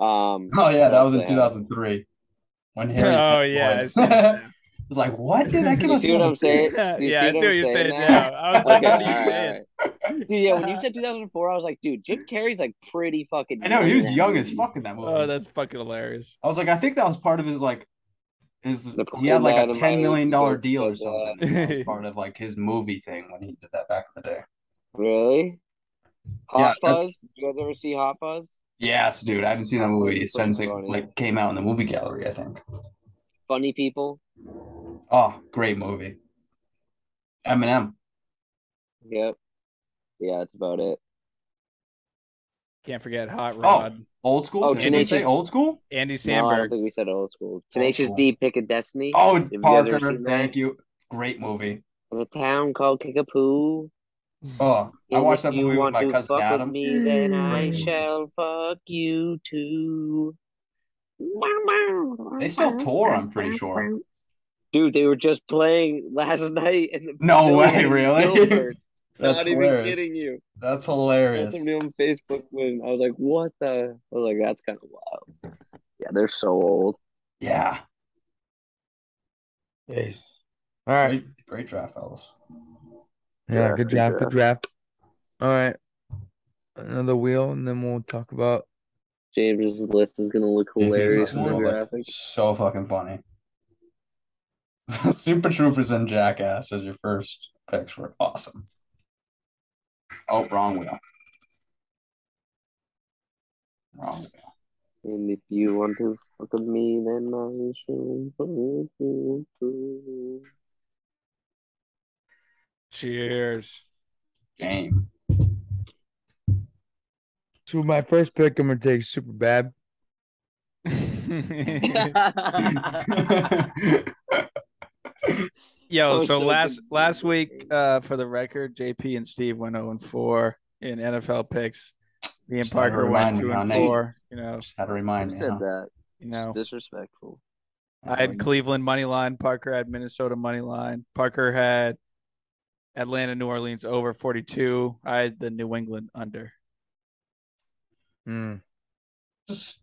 B: Um,
C: Oh yeah, that was in
B: Yeah.
C: 2003 when Harry.
D: Oh
C: met
D: yeah.
C: Lloyd.
D: I see it now.
C: it's like what did that came
B: You
C: out
B: see what I'm
C: 2003?
B: saying?
D: yeah,
B: You
D: I see what you're saying now. I was like,
B: Okay,
D: what are you
B: alright,
D: saying?
B: alright. Dude, yeah, when you said 2004, I was like, dude, Jim Carrey's like pretty fucking.
C: I know he
B: in
C: was
B: that
C: young as
B: movie.
C: fuck in that movie.
D: Oh, that's fucking hilarious.
C: I was like, I think that was part of his like his
B: The
C: he had like a
B: Napoleon
C: ten million dollar
B: Dynamite,
C: deal or
B: but, uh,
C: something. That was part of like his movie thing when he did that back in the day.
B: Really? Hot
C: Yeah, that's-
B: Fuzz? You guys ever see Hot Fuzz?
C: Yes, dude. I haven't seen that movie
B: Pretty
C: since it
B: funny.
C: like came out in the movie gallery, I think.
B: Funny People?
C: Oh, great movie. Eminem.
B: Yep. Yeah, that's about it.
D: Can't forget Hot Rod.
C: Old school?
B: Oh,
C: Did anybody say
B: Tenacious-
C: old school?
D: Andy
B: No, I don't
D: Samberg.
B: think we said old school. Tenacious
C: school.
B: D, Pick of Destiny.
C: Oh,
B: you guys ever
C: Parker,
B: seen that?
C: thank you. Great movie.
B: In a town called Kickapoo.
J: Hmm.
C: Oh, I
B: And
C: watched
B: if
C: that
B: you
C: movie with
B: want
C: my
B: to
C: cousin
B: fuck
C: Adam.
B: With me, then I shall fuck you too.
C: They still tour, I'm pretty sure.
B: Dude, they were just playing last night in the
C: No
B: Pavilion
C: way,
B: in
C: really?
B: Guilford.
C: That's
B: Not
C: hilarious.
B: even kidding you.
C: That's
B: That's
C: hilarious.
B: a real Facebook when I was like, what the? I was like, that's kind of wild. Yeah, they're so old.
C: Yeah.
J: Yes. All right.
C: Great, great draft, fellas.
J: Yeah,
B: Yeah,
J: good
B: good
J: draft. Good draft. All right. Another wheel, and then we'll talk about
B: James's list is gonna look
J: he's
B: hilarious in
C: Listen
B: the
C: to it, like,
B: graphic.
C: so fucking funny. Super Troopers and Jackass as your first picks were awesome. Oh, wrong wheel. Wrong wheel.
B: And if you want to fuck with me, then I shall fuck you too.
D: Cheers.
C: Game.
J: So my first pick, I'm gonna take super bad.
D: Yo,
B: Oh,
D: so
B: so
D: last last week, uh, for the record, JP and Steve went 0 and 4 in NFL picks. Me and
C: Just had to
D: Parker
C: remind me
D: went 2
C: how
D: and
C: nice.
D: 4. You know,
C: Just had to remind
B: Who
C: me.
B: said
C: huh?
B: that?
D: you know,
B: Disrespectful.
D: I had Cleveland money line. Parker had Minnesota money line. Parker had Atlanta, New Orleans over 42. I had the New England under.
J: Mm.
C: Just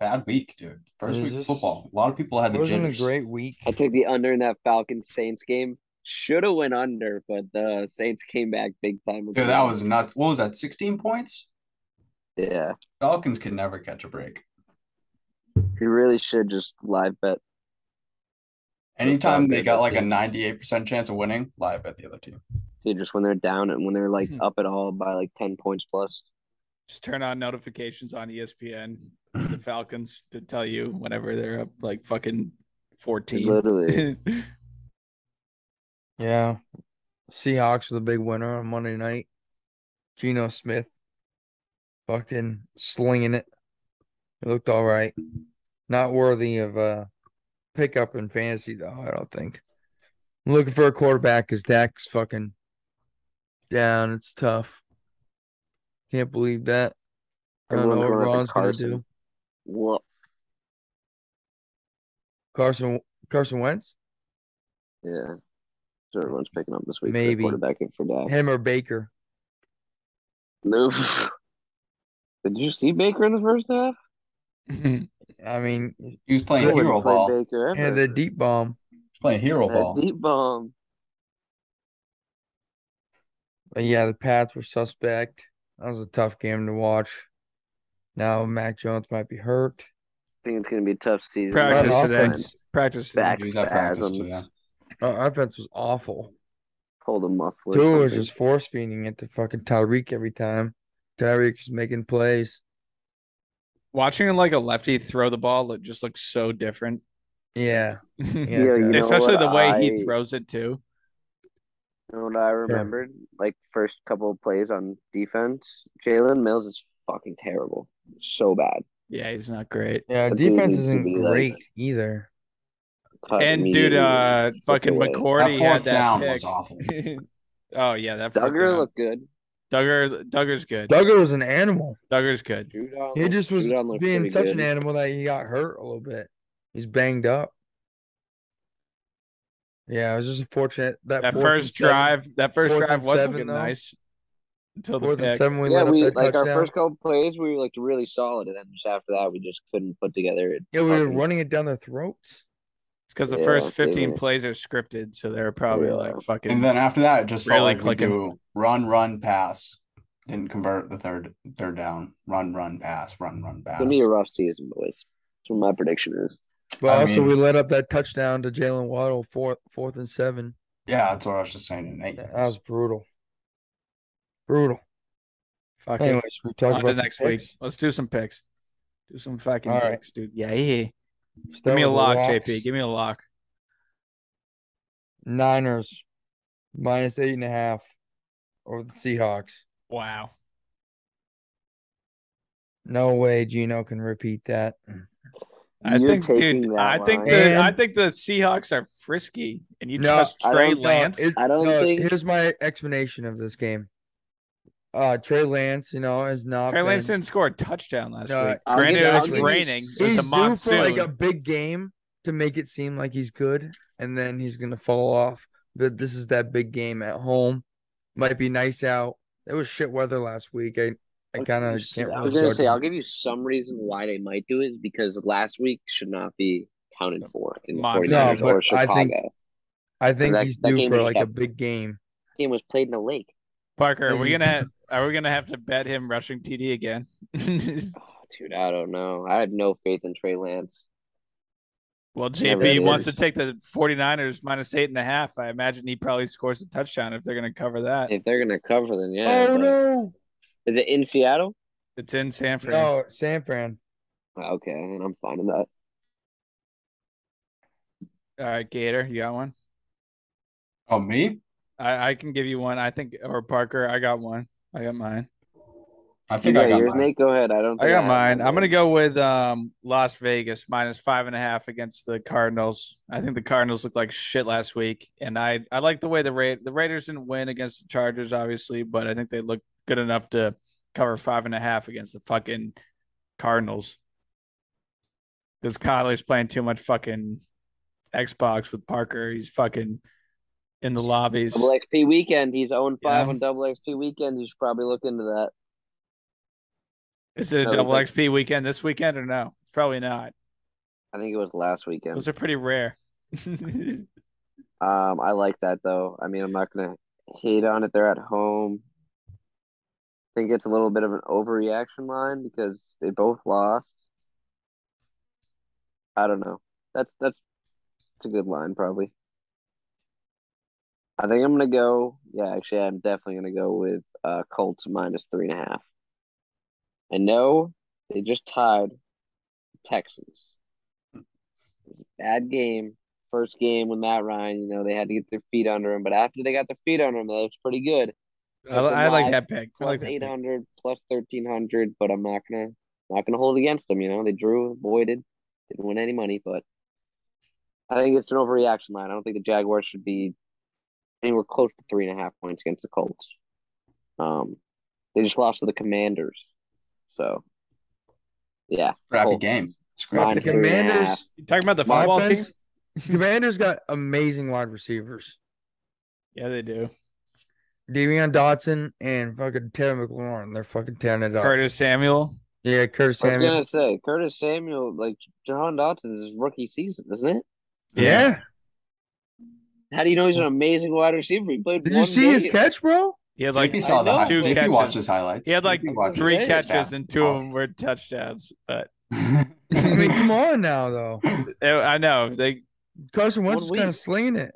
C: bad week, dude. First
J: It
C: week of
J: just-
C: football. A lot of people had
J: It
C: the
J: wasn't a
C: jitters.
J: great week.
B: I took the under in that Falcons Saints game. Should have went under, but the Saints came back big time. with
C: Dude,
B: the-
C: that was nuts. What was that? 16 points?
B: yeah.
C: Falcons can never catch a break.
B: You really should just live bet.
C: Anytime
B: Falcons
C: they got like a
B: team.
C: 98% chance of winning, live bet the other team.
B: Dude, just when they're down and when they're like
D: Mhm.
B: up at all by like ten points plus.
D: Just turn on notifications on E ESPN, the Falcons, to tell you whenever they're up like fucking 14.
B: Literally.
J: Yeah. Seahawks were the big winner on Monday night. Geno Smith fucking slinging it. It looked all right. Not worthy of uh, pickup in fantasy, though, I don't think. I'm looking for a quarterback because Dak's fucking down. It's tough. Can't believe that. I don't know
B: Everyone's going
J: what
B: after
J: Ron's going to
B: Carson.
J: do.
B: Well,
J: Carson Carson Wentz?
B: yeah. So everyone's picking up this week. for the
J: Maybe.
B: quarterback and for Dak.
J: Him or Baker?
B: No. Did you see Baker in the first half?
J: I mean,
C: He was playing
J: Yeah, when
C: hero
B: Wouldn't play
C: ball.
B: Baker ever.
J: and the deep bomb.
C: Playing hero
B: That
C: ball.
B: deep bomb.
J: But yeah, the Pats were suspect. That was a tough game to watch. Now Mac Jones might be hurt.
B: I think it's gonna be a tough season.
D: Practice
J: Run
D: today.
J: offense.
D: Practice today.
B: Back
C: He was at practice
B: spasms.
C: today.
J: Our Oh, offense was awful.
B: Pulled a muscle. or
J: Tua was
B: something.
J: just force feeding it to fucking Tyreek every time. Tyreek was making plays.
D: Watching like a lefty throw the ball it just looks so different.
J: Yeah. Yeah.
B: Yo, you know
D: Especially
B: what?
D: the way
B: I-
D: he throws it too.
B: You know what I remembered? Like first couple of plays on defense, Jalen Mills is fucking terrible. So bad.
D: Yeah, he's not great.
J: Yeah,
B: But they
J: defense
B: need to
J: isn't
B: be, like,
J: great either.
B: Cut
D: and dude,
B: immediately.
D: uh, fucking
B: away.
D: McCourty
C: That
D: had
C: fourth
D: that
C: down
D: pick.
C: was awful.
D: oh yeah, that fourth
B: Duggar
D: down.
B: looked good.
D: Duggar, Duggar's good.
J: Duggar was an animal.
D: Duggar's good.
B: Judon
J: He
B: looked-
J: just was
B: Judon looked
J: being
B: pretty
J: such
B: good.
J: an animal that he got hurt a little bit. He's banged up. Yeah, it was just unfortunate that,
D: That
J: fourth
D: first
J: and seven-
D: drive, that first
J: fourth and
D: drive was
J: seven,
D: looking
J: though.
D: nice until the
J: fourth and
D: pick.
J: seven, we
B: yeah,
J: let up
B: we
J: that
B: like
J: touchdown.
B: our first couple plays, we looked really solid, and then just after that, we just couldn't put together.
J: yeah, we were
B: fucking-
J: running it down their throats.
D: It's because the
B: Yeah,
D: first
B: they
D: 15
B: were-
D: plays are scripted, so they're probably
B: Yeah.
D: like fucking.
C: And then after that, it just felt
D: Really
C: like
D: clicking.
C: we do run, run, pass. Didn't convert the third third down. Run, run, pass. Run, run,
B: It's
C: pass.
B: gonna be a rough season, boys. That's what my prediction is.
J: But
C: I
J: also,
C: mean-
J: we let up that touchdown to Jalen Waddle, fourth, fourth and seven.
C: Yeah, that's what I was just saying. in Nate.
J: That was brutal. Brutal.
D: fucking
J: Anyway, should we talk
D: on to
J: about
D: next week. Let's do some picks. Do some fucking
J: All right.
D: picks, dude. Yeah, yeah. Give me a lock, JP. Give me a lock.
J: Niners minus eight and a half over the Seahawks.
D: Wow.
J: No way Gino can repeat that.
D: I
B: You're
D: think,
B: taking
D: dude.
B: that
D: I think
B: line.
D: the I
J: And-
D: think the Seahawks are frisky, and you
J: No,
D: trust
B: I
D: Trey
B: don't know.
D: Lance.
J: It-
B: I don't
J: no,
B: think-
J: Here's my explanation of this game. Uh, Trey Lance, you know, has not.
D: Trey Lance
J: been-
D: didn't score a touchdown last
J: No,
D: week.
B: I'll
D: Granted,
J: give-
D: it
J: I'll
D: was
J: give you-
D: raining. It was
J: he's
D: a
J: due for
D: monsoon.
J: like a big game to make it seem like he's good, and then he's gonna fall off. But this is that big game at home. Might be nice out. It was shit weather last week. I, I kind
B: I
J: of
B: was
J: can't. really
B: gonna
J: judge
B: say
J: him.
B: I'll give you some reason why they might do it is because last week should not be counted for in the
D: Monster.
B: 49ers
J: No, but
B: or
J: I
B: Chicago.
J: think- I think
B: that-
J: he's
B: that
J: due
B: game
J: for
B: was
J: like a
B: kept-
J: big game.
B: game was played in the lake.
D: Parker, are
J: Maybe.
D: we gonna are we gonna have to bet him rushing TD again?
B: Oh, Dude, I don't know. I had no faith in Trey Lance.
D: Well,
B: Yeah,
D: JP
B: that
D: wants to
B: is.
D: take the 49ers minus eight and a half. I imagine he probably scores a touchdown if they're going to cover that.
B: If they're gonna cover, then yeah. but-
J: no!
B: Is it in Seattle?
D: It's in San Fran.
J: No, San Fran.
B: Okay, and I'm fine with that.
D: All right, Gator, you got one?
C: Oh, me?
D: I, I can give you one. I think, or Parker, I got one. I got mine.
C: I
B: You
C: think I
B: got
C: got
B: yours,
C: mine.
B: Nate. Go ahead. I don't.
D: I
B: think
D: got
B: have
D: mine.
B: one.
D: I'm gonna go with um Las Vegas minus five and a half against the Cardinals. I think the Cardinals looked like shit last week, and I I like the way the Ra- the Raiders didn't win against the Chargers, obviously, but I think they looked good enough to cover five and a half against the fucking Cardinals. Because Kyler's playing too much fucking Xbox with Parker. He's fucking in the lobbies.
B: Double XP weekend. He's 0 5
D: Yeah.
B: on double XP weekend. You should probably look into that.
D: Is it
B: No,
D: a
B: it's
D: double
B: like-
D: XP weekend this weekend or no? It's probably not.
B: I think it was last weekend.
D: Those are pretty rare.
B: Um, I like that though. I mean, I'm not gonna hate on it. They're at home. I think it's a little bit of an overreaction line because they both lost. I don't know. That's that's it's a good line probably. I think I'm gonna go. Yeah, actually, I'm definitely gonna go with uh, Colts minus three and a half. I know they just tied the Texans. Bad game. First game with Matt Ryan, you know, they had to get their feet under him, but after they got their feet under him, that was pretty good.
D: I, I like
B: Live
D: that pick. I like
B: Plus
D: that
B: eight
D: pick.
B: hundred, plus thirteen hundred, but I'm not gonna not gonna hold against them. You know, they drew, avoided, didn't win any money, but I think it's an overreaction line. I don't think the Jaguars should be anywhere close to three and a half points against the Colts. Um, they just lost to the Commanders, so yeah,
C: Crappy
B: Colts.
C: game. It's
B: Mine
C: crappy
B: is
J: The
C: game.
B: three and a half.
J: Commanders.
D: You talking about the
J: My
D: football team?
J: offense- Commanders got amazing wide receivers.
D: Yeah, they do.
J: Damian Dotson and fucking Terry McLaurin. They're fucking tearing it up.
D: Curtis Samuel.
J: Yeah, Curtis
B: I was
J: Samuel.
B: gonna say Curtis Samuel, like Jahan Dotson's his rookie season, isn't it?
J: Yeah.
B: How do you know he's an amazing wide receiver? He played.
J: Did
B: one
J: you see his
B: game.
J: catch, bro?
D: He had like
C: JP saw
B: I
C: the
B: know,
C: highlights.
D: two
C: JP
D: catches.
C: watches highlights.
D: He had like
C: JP watches
D: three
B: Hey.
C: highlights.
D: catches and two of
C: Oh.
D: them were touchdowns. But
J: I mean, come on now, though.
D: Eh, I know they.
J: Carson Wentz
B: One
J: is kind
B: week.
J: of slinging it.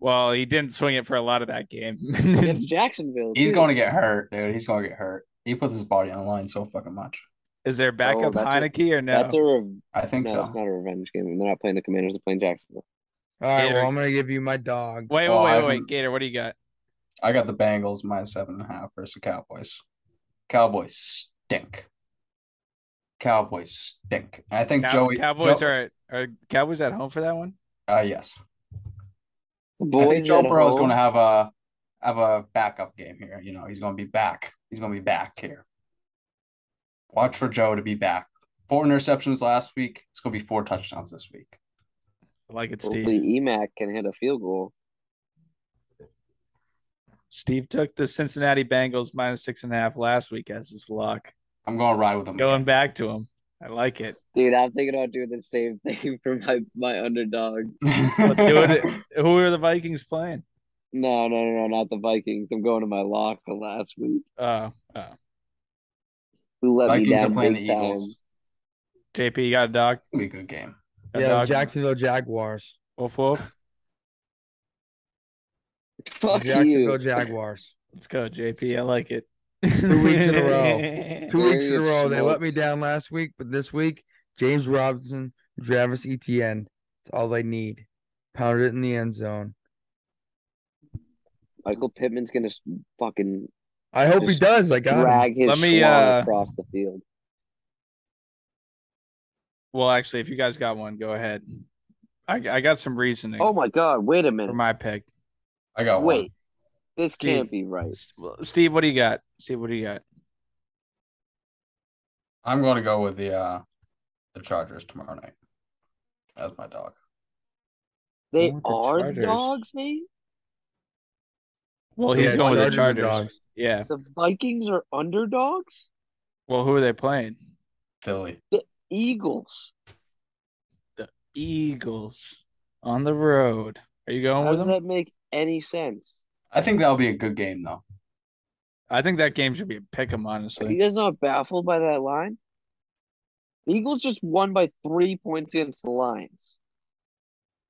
D: Well, he didn't swing it for a lot of that game.
B: against Jacksonville.
C: He's
B: too.
C: going to get hurt, dude. He's going to get hurt. He puts his body on the line so fucking much.
D: Is there backup
B: Oh, that's a-
D: Heineke or no?
B: That's a re-
C: I think
B: no.
C: so.
B: It's not a revenge game. They're not playing the Commanders. They're playing Jacksonville.
J: All right,
D: Yeah,
J: well,
D: right.
J: I'm gonna give you my dog.
D: Wait, wait,
C: Oh, I
D: wait, wait,
C: haven't-
D: Gator, what do you got?
C: I got the Bengals minus seven and a half versus the Cowboys. Cowboys stink. Cowboys stink. I think
D: Cow-
C: Joey
D: Cowboys
C: Joe-
D: are at, are Cowboys at home for that one?
C: Uh, yes,
B: The
C: I
B: boys
C: think Joe
B: at
C: Burrow is
B: home-
C: going to have a have a backup game here. You know, he's going to be back. He's going to be back here. Watch for Joe to be back. Four interceptions last week. It's going to be four touchdowns this week.
D: I like it, Steve.
B: Hopefully, Emac can hit a field goal.
D: Steve took the Cincinnati Bengals minus six and a half last week as his lock.
C: I'm going to ride with him.
D: Going
C: again.
D: back to him. I like it.
B: Dude, I'm thinking about doing the same thing for my my underdog.
D: But doing it, who are the Vikings playing?
B: No, no, no, no, not the Vikings. I'm going to my lock for last week.
D: Uh, uh,
B: Who let me
C: Vikings are
B: down
C: playing the
B: big time?
C: Eagles.
D: JP, you got a dog?
C: It'll be a good game.
D: A
J: Yeah, the
D: dog?
J: Jacksonville Jaguars.
D: Wolf, wolf.
J: The
B: Fuck
J: Jacksonville
B: you.
J: Jaguars.
D: Let's go, JP. I like it.
J: Two weeks in a
D: row.
J: Two
B: There
J: weeks in
B: you
J: a row. They let
B: smokes.
J: me down last week, but this week, James Robinson, Travis Etienne. It's all they need. Pound it in the end zone.
B: Michael Pittman's gonna s- fucking
J: I hope he
B: Just
J: does. I got him.
B: drag his
D: Let me,
B: schlong
D: uh,
B: across the field.
D: Well, actually, if you guys got one, go ahead. I, I got some reasoning
B: Oh my god! Wait a
D: for
B: minute.
D: my pick.
C: I got one.
B: Wait, this
D: Steve.
B: can't be right.
D: S- well, Steve, what do you got? Steve, what do you got?
C: I'm going to go with the uh the Chargers tomorrow night. That's my dog.
B: They
D: With the
B: are
D: Chargers.
B: dogs, Nate.
D: Well, he's
J: Yeah,
D: going with the
J: Chargers
D: Chargers.
J: are dogs.
D: Yeah.
B: The Vikings are underdogs.
D: Well, who are they playing?
C: Philly.
B: Eagles.
D: Eagles on the road. Are you going
B: How
D: with
B: does
D: them?
B: that make any sense?
C: I think that'll be a good game though.
D: I think that game should be a pick 'em,
B: Are
D: honestly.
B: you guys not baffled by that line? The Eagles just won by three points against the Lions.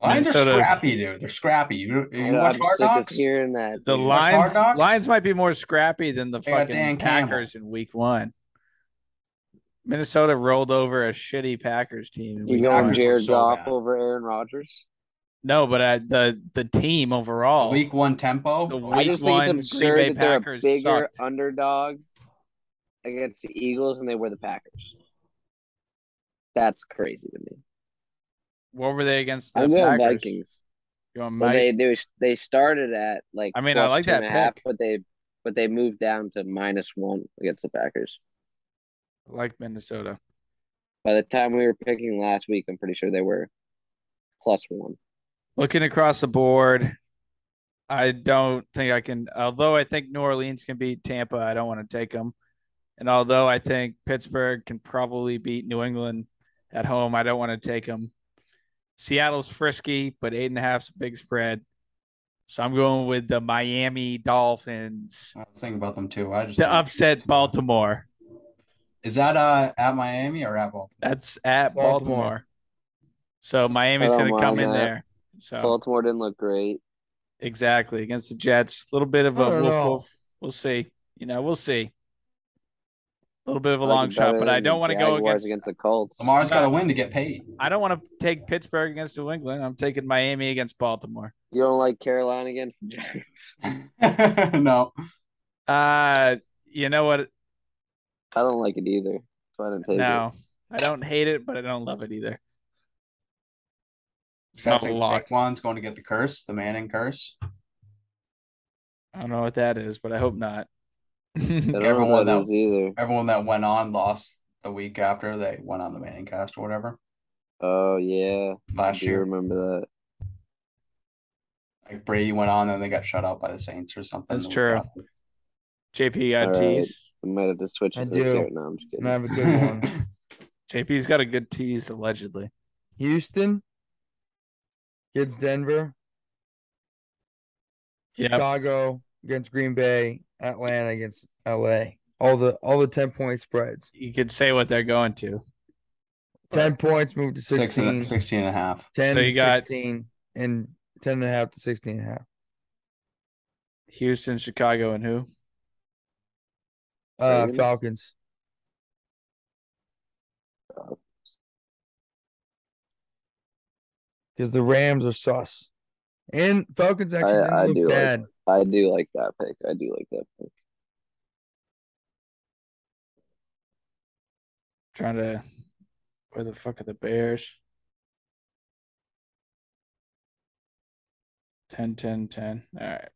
C: Lions
D: Minnesota-
C: are scrappy, dude. They're scrappy. You, you
D: God,
C: watch
D: I'm
C: Hard
D: sick of
C: Knocks?
B: Hearing that,
D: The
C: You watch Hard
D: Lions
C: Knocks?
D: Lions might be more scrappy than the
C: They got Dan
D: fucking
C: Campbell.
D: Packers in week one. Minnesota rolled over a shitty Packers team. in
B: you
D: week
B: going
D: one.
B: Jared Goff over Aaron Rodgers?
D: No, but uh, the the team overall,
C: Week one tempo.
D: the
B: I
D: week
B: just think
D: one
B: it's
D: Green
B: absurd
D: Bay
B: that they're a
D: Packers
B: bigger uh,
D: sucked.
B: underdog against the Eagles, and they were the Packers. That's crazy to me.
D: What were they against the
B: I'm going
D: Packers?
B: Vikings.
D: You want
B: Well,
D: Mike?
B: they they they started at like
D: I mean, I
B: plus
D: like
B: two and
D: that
B: a half,
D: pick.
B: but they but they moved down to minus one against the Packers.
D: like Minnesota.
B: By the time we were picking last week, I'm pretty sure they were plus one.
D: Looking across the board, I don't think I can. Although I think New Orleans can beat Tampa, I don't want to take them. And although I think Pittsburgh can probably beat New England at home, I don't want to take them. Seattle's frisky, but eight and a half's a big spread. So I'm going with the Miami Dolphins
C: I was thinking about them too. I just
D: to upset Baltimore.
C: is that uh at Miami or at Baltimore?
D: That's at
C: Baltimore.
D: Baltimore. So Miami's
B: I
D: going
B: don't
D: to come
B: mind
D: in
B: that.
D: there. So
B: Baltimore didn't look great.
D: Exactly. Against the Jets. A little bit of
C: I
D: a
C: don't
D: woof
C: know.
D: woof. We'll see. You know, we'll see. A little bit of a
B: Might be
D: long shot,
B: better
D: but I
B: than
D: don't
B: the
D: want to go
B: Jaguars
D: against,
B: the Colts.
C: Lamar's got to win to get paid.
D: I don't want to take Pittsburgh against New England. I'm taking Miami against Baltimore.
B: You don't like Carolina against the Giants.
C: no,
D: Uh you know what?
B: I don't like it either. So I didn't take
D: No. I don't hate it, but I don't love it either. It's
C: I
D: not a
C: think
D: lot.
C: Saquon's going to get the curse, the Manning curse.
D: I don't know what that is, but I hope not.
B: it. I don't know
C: Everyone
B: what that is
C: that
B: either.
C: everyone that went on lost the week after they went on the Manning cast or whatever
B: Oh yeah,
C: last
B: I do
C: year.
B: remember that.
C: Like Brady went on and they got shut out by the Saints or something.
D: That's
C: the week
D: true.
C: after.
D: JP
B: All
D: got
B: right.
D: uh, tease.
B: I might have to switch
J: I
B: it to the
J: do.
B: carrot. No, I'm just
J: And
B: kidding.
J: I have a good one.
D: JP's got a good tease allegedly.
J: Houston against Denver.
D: Yeah.
J: Chicago against Green Bay. Atlanta against LA. All the all the ten point spreads.
D: You could say what they're going to.
J: Ten points moved to
C: Six and
J: 16.
C: a- 16 and a half.
J: 10
D: So
J: to
D: you got-
J: 16 and 10 and a half to 16 and a half.
D: Houston, Chicago, and who?
J: Uh,
B: Ravens?
J: Falcons. Because the Rams are sus. And Falcons actually didn't
B: I
J: look
B: do like
J: bad.
B: I do like that pick. I do like that pick.
D: Trying to. Where the fuck are the Bears? 10 10 10. All right.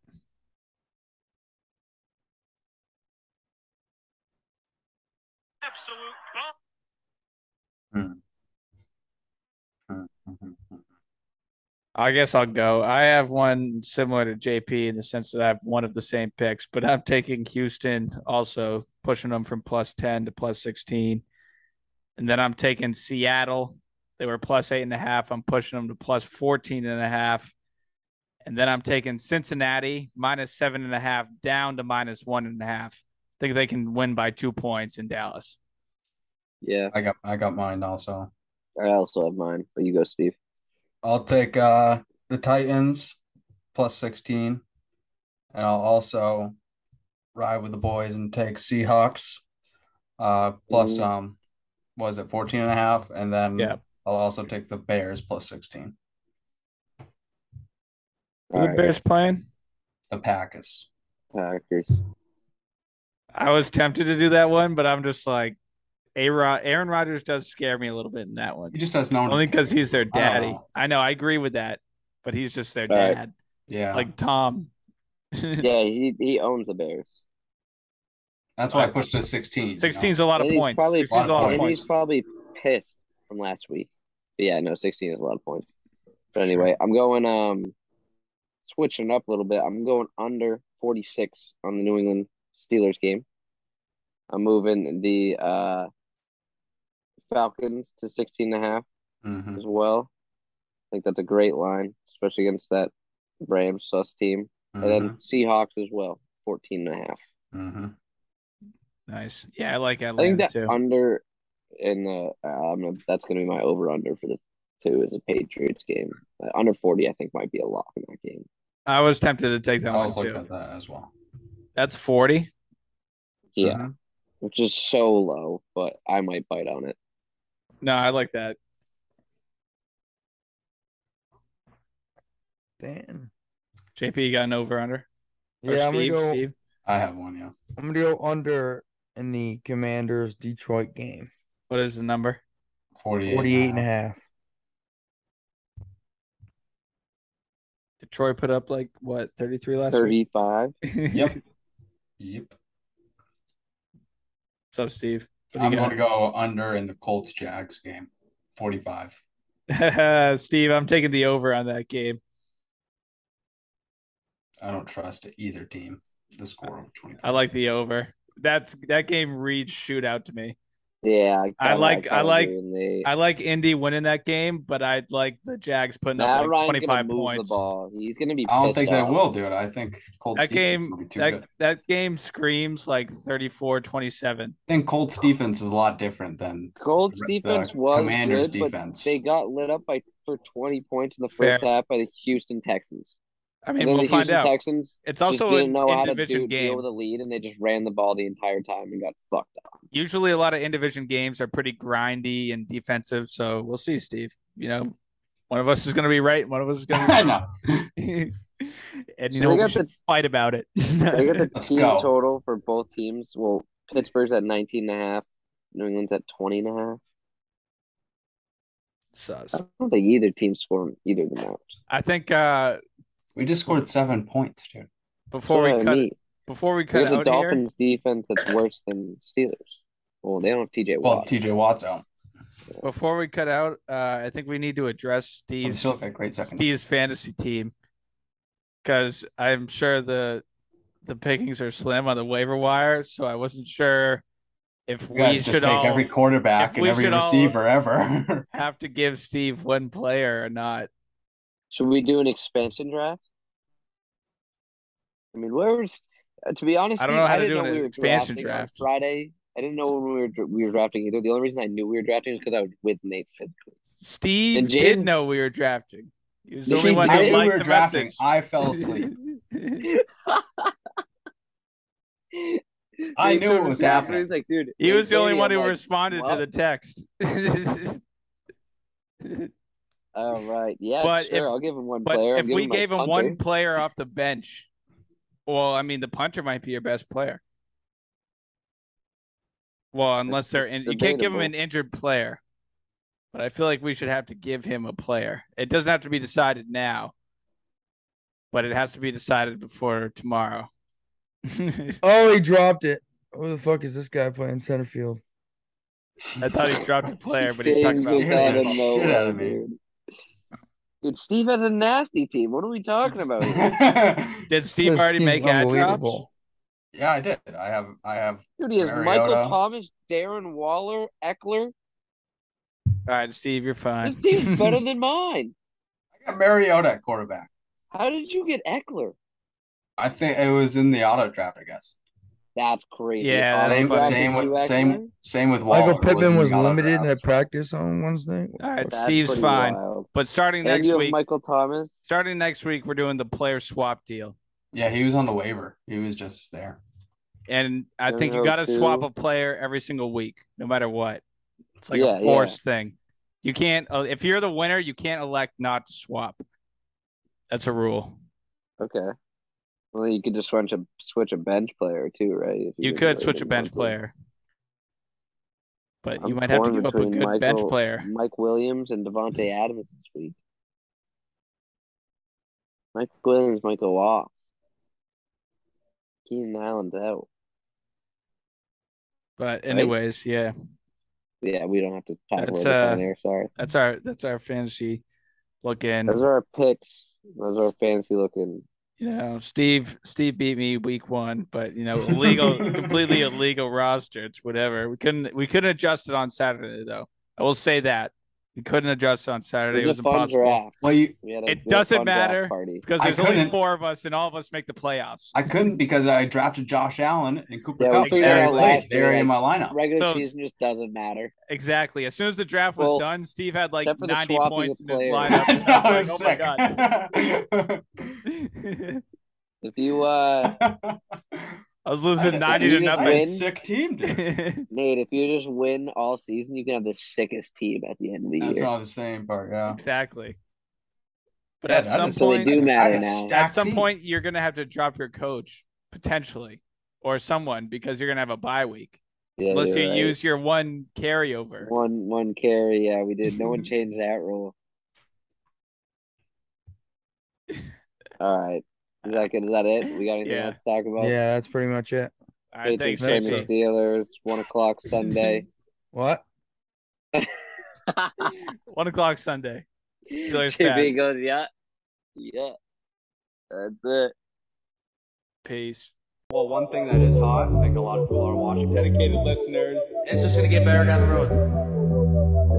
J: Mm-hmm.
D: I guess I'll go. I have one similar to JP in the sense that I have one of the same picks, but I'm taking Houston also, pushing them from plus 10 to plus 16. And then I'm taking Seattle. They were plus eight and a half. I'm pushing them to plus 14 and a half. And then I'm taking Cincinnati minus seven and a half down to minus one and a half. I think they can win by two points in Dallas.
B: Yeah,
C: I got I got mine also.
B: I also have mine, but you go, Steve.
C: I'll take uh the Titans plus 16. And I'll also ride with the boys and take Seahawks uh plus
B: Mhm.
C: um what is it 14 and a half and then
D: Yeah.
C: I'll also take the Bears plus 16.
D: Who
B: All
D: the
B: right,
D: Bears playing?
C: The Packers.
B: Packers.
D: I was tempted to do that one, but I'm just like, A Rod, Aaron Rodgers does scare me a little bit in that one.
C: He just has no one to
D: Only because
C: pick.
D: he's their
C: don't
D: daddy.
C: know.
D: I know, I agree with that, but he's just their
B: All right.
D: dad.
C: yeah.
D: It's like Tom.
B: Yeah, he he owns the Bears.
C: That's why I pushed to 16. you know?
D: 16's a lot of
B: And he's
D: points.
B: probably-
D: 16's a lot of
B: and he's
D: points.
B: probably pissed from last week. But yeah, no, sixteen is a lot of points. But anyway, I'm going um switching up a little bit. I'm going under forty six on the New England Steelers game. I'm moving the uh Falcons to sixteen and a half.
C: Mhm.
B: as well. I think that's a great line, especially against that Rams sus team. And
D: Mm-hmm.
B: then Seahawks as well, 14 and a half.
C: Mhm. Mhm.
D: Nice. Yeah, I like
B: I think
D: Atlanta
B: that
D: too.
B: under in the uh, I'm gonna- that's going to be my over under for the too is a Patriots game. Uh, under 40, I think, might be a lock in that game.
D: I was tempted to take that
C: I
D: one
C: was looking
D: too.
C: at that as well. Mm-hmm.
D: That's 40.
B: Yeah.
D: Mm-hmm.
B: Which is so low, but I might bite on it.
D: No, I like that.
J: Damn.
D: JP, you got an over under? Or
J: Yeah, I'm gonna
D: Steve,
J: go-
D: Steve.
C: I have one, yeah.
J: I'm gonna go under in the Commanders Detroit game.
D: What is the number?
C: 48.
J: 48 and a half.
D: Detroit put up like what, 33 last week?
B: 35.
C: Yep. Yep.
D: What's up, Steve? What do
C: I'm
D: you
C: going to go under in the Colts Jags game. 45.
D: got? Steve, I'm taking the over on that game.
C: I don't trust either team. The score over 20.
D: I like the over. That's that game reads shootout to me.
B: Yeah.
D: I
B: kinda
D: like- I
B: that
D: like-
B: when they-
D: I like Indy winning that game, but I'd like the Jags putting
B: Matt
D: up like
B: Ryan's
D: 25
B: gonna move
D: points.
B: the ball. He's going to be.
C: I don't
B: pissed
C: think
B: off.
C: they will do it. I think Colts
D: That
C: defense will
D: game
C: be too
D: that
C: good.
D: that game screams like 34-27.
C: I think Colts defense is a lot different than
B: Colts
C: the
B: defense was
C: Commanders
B: good,
C: defense.
B: but they got lit up by for 20 points in the
D: Fair.
B: first half by the Houston Texans.
D: I mean,
B: And then
D: we'll
B: the
D: find
B: Houston
D: out.
B: Texans
D: It's
B: just
D: also
B: didn't
D: an
B: know how to
D: in-division
B: do, deal
D: game.
B: with a lead, and they just ran the ball the entire time and got fucked up.
D: Usually, a lot of in-division games are pretty grindy and defensive. So we'll see, Steve. You know, one of us is going to be right, one of us is going to
C: I know.
D: be wrong. and
B: So
D: you know,
B: they
D: we
B: got
D: should fight about it.
B: They got the
C: Let's
B: team
C: go.
B: total for both teams. Well, Pittsburgh's at 19 and a half. New England's at 20 and a half.
D: Sus.
B: I don't think either team scored either of them out.
D: Uh, I think uh,
C: We just scored seven points, dude.
D: before
B: That's
D: we
B: what
D: cut
B: I mean.
D: before we
B: They got
D: cut
B: the
D: out here,
B: Dolphins defense that's worse than Steelers. Well, they don't have TJ
C: Well,
B: Watt.
C: TJ Watt's out.
D: before we cut out, uh, I think we need to address
C: We
D: Steve's
C: still have a great second.
D: Steve's fantasy team because I'm sure the the pickings are slim on the waiver wire, so I wasn't sure if
C: You
D: we
C: guys just
D: should
C: take
D: all
C: every
D: if
C: quarterback and
D: we
C: every
D: should all-
C: receiver ever.
D: have to give Steve one player or not.
B: Should we do an expansion draft? I mean, where was? uh, To be honest,
D: I don't
B: Steve,
D: know how to
B: didn't
D: do
B: know
D: an
B: we were
D: expansion
B: drafting on
D: draft.
B: Friday. I didn't know when we were dr- we were drafting either. The only reason I knew we were drafting is because I was with Nate physically.
D: Steve
B: And
D: did
B: James-
D: know we were drafting. He was the
B: He
D: only one
B: did.
D: who
B: I knew
D: liked
C: we were
D: the
C: drafting.
D: message.
C: I fell asleep. I
B: Nate
C: knew
B: showed
C: it
B: us
C: was
B: the app,
C: happening.
B: and He's like, dude.
D: he was
B: Nate's
D: the only
B: lady.
D: one
B: I'm
D: who
B: like,
D: responded to
B: what?
D: the text.
B: All right. Yeah.
D: But
B: sure.
D: if-
B: I'll give him one
D: but
B: player. I'll
D: if
B: give
D: we
B: him my
D: gave him
B: punter.
D: one player off the bench, well, I mean, the punter might be your best player. Well, unless they're in, you can't give him an
B: debatable.
D: injured player. But I feel like we should have to give him a player. It doesn't have to be decided now, but it has to be decided before tomorrow. I
J: Oh, he dropped it. Who the fuck is this guy playing center field?
D: thought he dropped a player, but he's
B: James
D: talking
B: was out
D: about.
B: of
C: Shit
B: nowhere,
C: out of me.
B: Dude. Dude, Steve has a nasty team. What are we talking about? here?
D: Did Steve
J: This
D: already
J: team's
D: make ad drops?
J: unbelievable.
C: yeah, I did. I have. I have.
B: Dude, he has
C: Mariota.
B: Michael Thomas, Darren Waller, Eckler.
D: All right, Steve, you're fine.
B: This team's better than mine.
C: I got Mariota at quarterback.
B: How did you get Eckler?
C: I think it was in the auto draft. I guess.
B: That's crazy.
D: Yeah,
B: Auto
D: that's
C: Same.
D: fine.
B: drafted
C: Same.
B: you,
C: With,
B: Eckler?
C: same. Same with Waller.
J: Michael Pittman
C: in
J: was
C: the auto
J: limited
C: draft.
J: at practice on Wednesday.
D: All right,
B: That's
D: Steve's
B: pretty
D: fine.
B: wild.
D: But starting
B: And
D: next
B: you have
D: week,
B: Michael Thomas.
D: starting next week, we're doing the player swap deal.
C: Yeah, he was on the waiver. He was just there.
D: And I
B: Then
D: think you
B: who
D: got to swap
B: do?
D: a player every single week, no matter what. It's like
B: Yeah,
D: a
B: yeah.
D: forced thing. You can't, uh, if you're the winner, you can't elect not to swap. That's a rule.
B: Okay. Well, you could just switch a switch a bench player too, right? If
D: You
B: didn't
D: could
B: really
D: switch a
B: think
D: bench
B: about it.
D: player, but
B: I'm
D: you might have to
B: torn
D: give up a
B: between
D: good bench
B: Michael-
D: player.
B: Mike Williams and Devontae Adams this week. Mike Williams might go off. Keenan Allen's out.
D: But,
B: Right?
D: anyways, yeah,
B: Yeah, we don't have to talk about
D: That's,
B: this
D: uh,
B: on air. Sorry.
D: that's our, that's our fantasy look in.
B: Those are our picks. Those are our fancy looking.
D: you know, Steve Steve beat me week one, but you know, illegal, completely illegal roster. It's whatever. We couldn't we couldn't adjust it on Saturday though. I will say that We couldn't adjust on Saturday.
B: It
D: It was
B: was a fun
D: impossible.
B: draft.
C: Well, you,
B: We had a- we had
D: It
B: a
D: doesn't
B: fun draft
D: matter
B: party.
D: because
C: I
D: there's only
C: couldn't-
D: four of us, and all of us make the playoffs.
C: I couldn't because I drafted Josh Allen and Cooper
B: Yeah, we
C: Cup.
B: figured
C: They
B: out
C: already
B: last
C: played. They
B: year,
C: already in my
B: like,
C: lineup.
B: Regular
D: So-
B: season just doesn't matter.
D: Exactly. As soon as the draft was
B: Well,
D: done, Steve had like
B: except for the
D: 90
B: swapping
D: points
B: of
D: in his
B: players.
D: lineup. and I was like, oh my
B: Oh
D: god.
B: If you uh
D: I was losing 90 to
B: didn't
D: nothing.
B: win.
C: Sick team. dude.
B: Nate, if you just win all season, you can have the sickest team at the end of the
C: That's
B: year.
C: what I was saying, Bart. Yeah.
D: exactly. But
C: Yeah,
D: at
C: that
D: some
C: is-
B: so they
D: point,
B: do
C: I had
B: matter
C: a
B: now.
C: stacked
D: at some
C: team.
D: point, you're gonna have to drop your coach potentially, or someone because you're gonna have a bye week
B: Yeah,
D: unless
B: you're
D: you
B: right.
D: use your one carryover.
B: one one carry. Yeah, we did. No one changed that rule. All right, is that good? Is that it? We got anything
D: Yeah.
B: else to talk about?
J: Yeah, that's pretty much it.
D: All right,
B: Patriots,
D: thanks,
J: Thank you.
B: Flaming
D: Jamie.
B: Steelers, one o'clock Sunday.
J: What?
D: One o'clock Sunday. Steelers
B: JB
D: Pats.
B: goes, yeah, yeah. That's it.
D: Peace.
E: Well, one thing that is hot, I think a lot of people are watching, dedicated listeners.
I: It's just gonna get better down the road.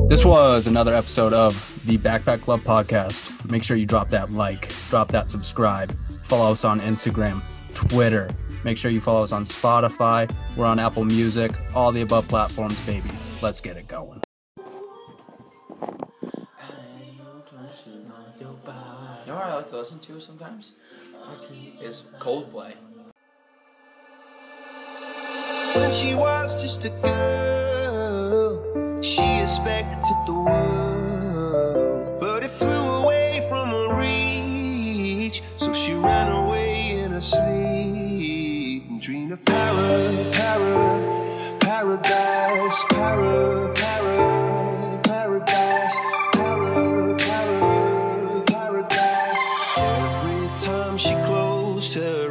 E: This was another episode of the Backpack Club podcast. Make sure you drop that like, drop that subscribe, follow us on Instagram, Twitter. Make sure you follow us on Spotify. We're on Apple Music, all the above platforms, baby. Let's get it going.
I: You know what I like to listen to sometimes? Is Coldplay.
L: When she was just a girl, she expected the world, but it flew away from her reach. So she ran away in her sleep and dreamed of para, para, paradise, para, para, paradise, para, para, paradise. Every time she closed her
G: "Oh,